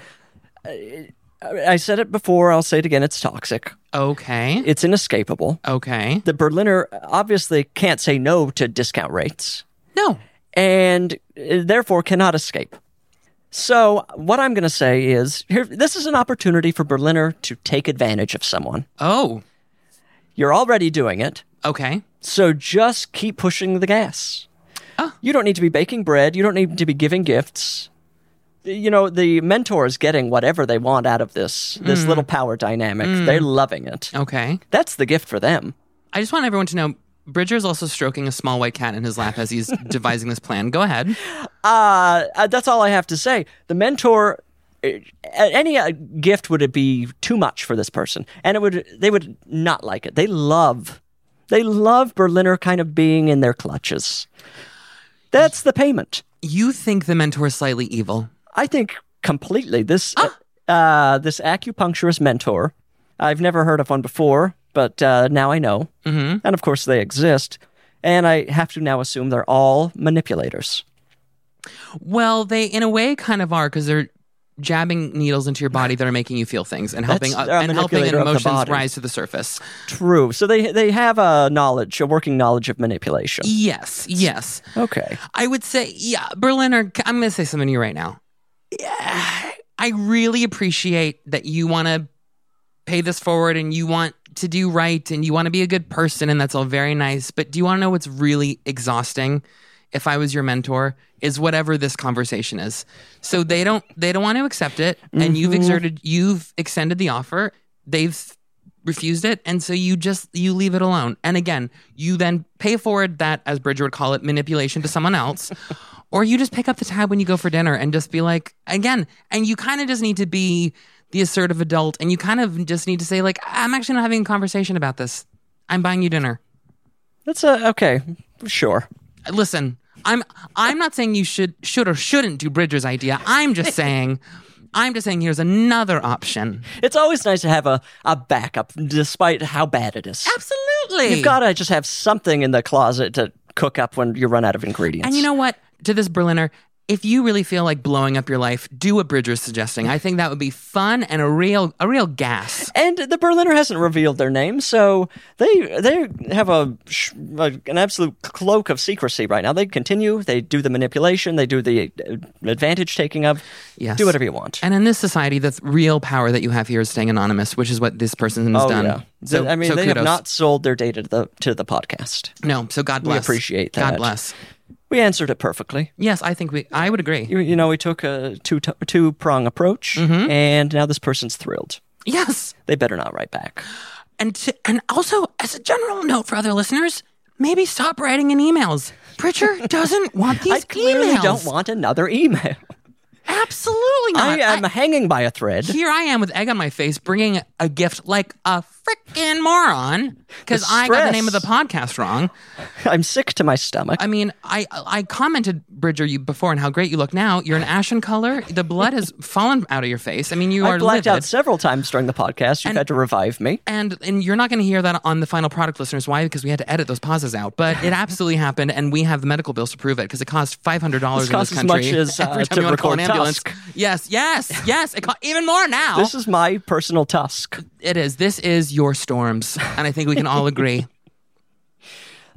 I said it before, I'll say it again it's toxic,
Okay.
it's inescapable.
okay.
The Berliner obviously can't say no to discount rates
No.
and uh, therefore cannot escape. So, what I'm going to say is here, this is an opportunity for Berliner to take advantage of someone.
Oh.
You're already doing it.
Okay.
So just keep pushing the gas.
Ah.
You don't need to be baking bread. You don't need to be giving gifts. You know, the mentor is getting whatever they want out of this, this little power dynamic. They're loving it.
Okay.
That's the gift for them.
I just want everyone to know Bridger's also stroking a small white cat in his lap as he's devising this plan. Go ahead.
Uh, uh, that's all I have to say. The mentor, uh, any uh, gift would it be too much for this person, and it would they would not like it. They love, they love Berliner kind of being in their clutches. That's the payment.
You think the mentor is slightly evil.
I think completely. This
Ah.
uh, this acupuncturist mentor, I've never heard of one before, but uh, now I know, mm-hmm. and of course they exist, and I have to now assume they're all manipulators.
Well, they, in a way, kind of are because they're jabbing needles into your body that are making you feel things and helping uh,
That's- they're a
and helping
manipulator
and
of the
emotions
body.
rise to the surface.
True. So they they have a knowledge, a working knowledge of manipulation.
Yes. Yes.
Okay.
I would say, yeah, Berliner, c- I'm going to say something to you right now. Yeah, I really appreciate that you want to pay this forward and you want to do right and you want to be a good person, and that's all very nice. But do you want to know what's really exhausting? if I was your mentor is whatever this conversation is. So they don't they don't want to accept it and you've exerted you've extended the offer. They've refused it and so you just you leave it alone. And again, you then pay forward that as Bridger would call it manipulation to someone else. or you just pick up the tab when you go for dinner and just be like again and you kind of just need to be the assertive adult and you kind of just need to say like i'm actually not having a conversation about this i'm buying you dinner
That's a, okay. Sure.
listen i'm i'm not saying you should should or shouldn't do bridger's idea i'm just saying i'm just saying here's another option
It's always nice to have a, a backup, despite how bad it is.
absolutely
You've got to just have something in the closet to cook up when you run out of ingredients.
And you know what? To this Berliner, if you really feel like blowing up your life, do what Bridger's suggesting. I think that would be fun and a real a real gas.
And the Berliner hasn't revealed their name, so they they have a, sh- a an absolute cloak of secrecy right now. They continue, they do the manipulation, they do the uh, advantage taking of.
Yes.
Do whatever you want.
And in this society, the th- real power that you have here is staying anonymous, which is what this person has
oh
done.
yeah.
So,
I mean,
so
they
kudos.
have not sold their data to the to the podcast.
No, so God bless.
appreciate
God
that.
bless.
We answered it perfectly.
Yes, I think we. I would agree.
You, you know, we took a two two prong approach,
Mm-hmm.
and now this person's thrilled.
Yes,
They better not write back.
and to, and also as a general note for other listeners, maybe stop writing in emails. Bridger doesn't want these
I clearly
emails.
don't want another email.
Absolutely
I
not.
am hanging by a thread.
here I am with egg on my face, bringing a gift like a freaking moron because
The
I got the name of the
stress.
podcast wrong.
I'm sick to my stomach.
I mean, I I commented Bridger you before and how great you look now. You're an ashen color. The blood has fallen out of your face. I mean, you
I
are
blacked
livid.
out several times during the podcast. You've had to revive me.
and and you're not going to hear that on the final product, listeners. Why? Because we had to edit those pauses out. But it absolutely happened, and we have the medical bills to prove it because it cost five hundred dollars
This
in this
costs as
country
much as, uh,
every time
to
you want to call an
record
ambulance.
Tusk.
Yes, yes, yes. It costs even more now.
This is my personal tusk.
it is. This is your storms, and I think we can all agree.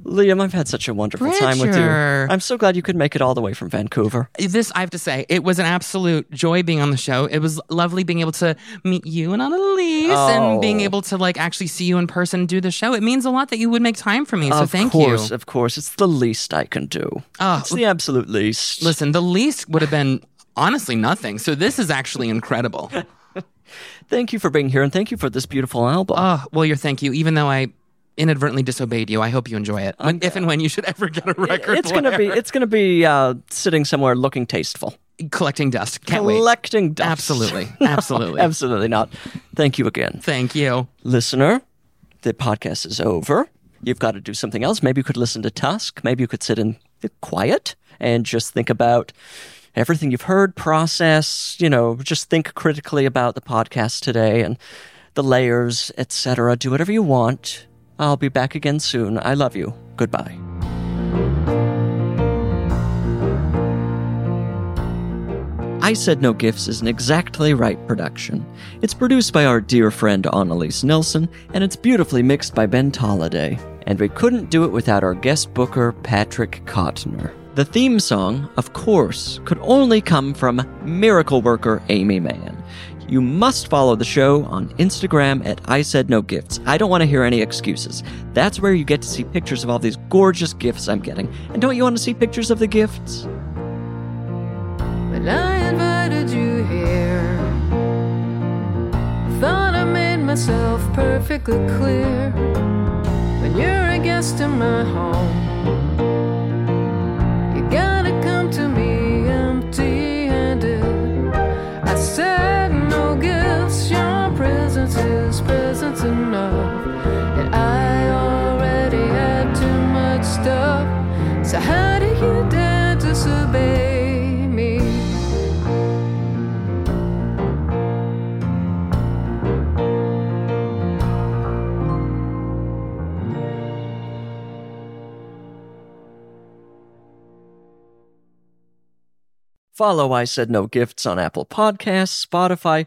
Liam, I've had such a wonderful time with you.
Bridger.
I'm so glad you could make it all the way from Vancouver.
this I have to say, it was an absolute joy being on the show. It was lovely being able to meet you and Annalise and
Oh.
being able to like actually see you in person do the show. It means a lot that you would make time for me. So
of
thank
course,
you.
of course. It's the least I can do.
Oh,
it's the absolute least.
Listen, the least would have been honestly nothing. So this is actually incredible.
Thank you for being here and thank you for this beautiful album.
Oh, well, your thank you. Even though I inadvertently disobeyed you, I hope you enjoy it. When, if and when you should ever get a record,
it's gonna be it's gonna be uh, sitting somewhere looking tasteful.
be collecting dust. Can't wait.
Collecting dust.
Absolutely,
No,
absolutely.
absolutely not. Thank you again.
Thank you.
listener, the podcast is over. You've got to do something else. Maybe you could listen to Tusk. Maybe you could sit in the quiet and just think about everything you've heard, process, you know, just think critically about the podcast today and the layers, etc. Do whatever you want. I'll be back again soon. I love you. Goodbye. I Said No Gifts is an exactly right production. It's produced by our dear friend Annalise Nelson, and it's beautifully mixed by Ben Tolliday. And we couldn't do it without our guest booker, Patrick Cotner. The theme song, of course, could only come from miracle worker Amy Mann. You must follow the show on Instagram at I Said No Gifts. I don't want to hear any excuses. That's where you get to see pictures of all these gorgeous gifts I'm getting. And don't you want to see pictures of the gifts?
But I invited you here. Thought I made myself perfectly clear. When you're a guest in my home, you gotta come to me empty handed. I said no gifts, your presence is presence enough. And I already had too much stuff. So, how do you dare disobey me?
Follow I Said No Gifts on Apple Podcasts, Spotify,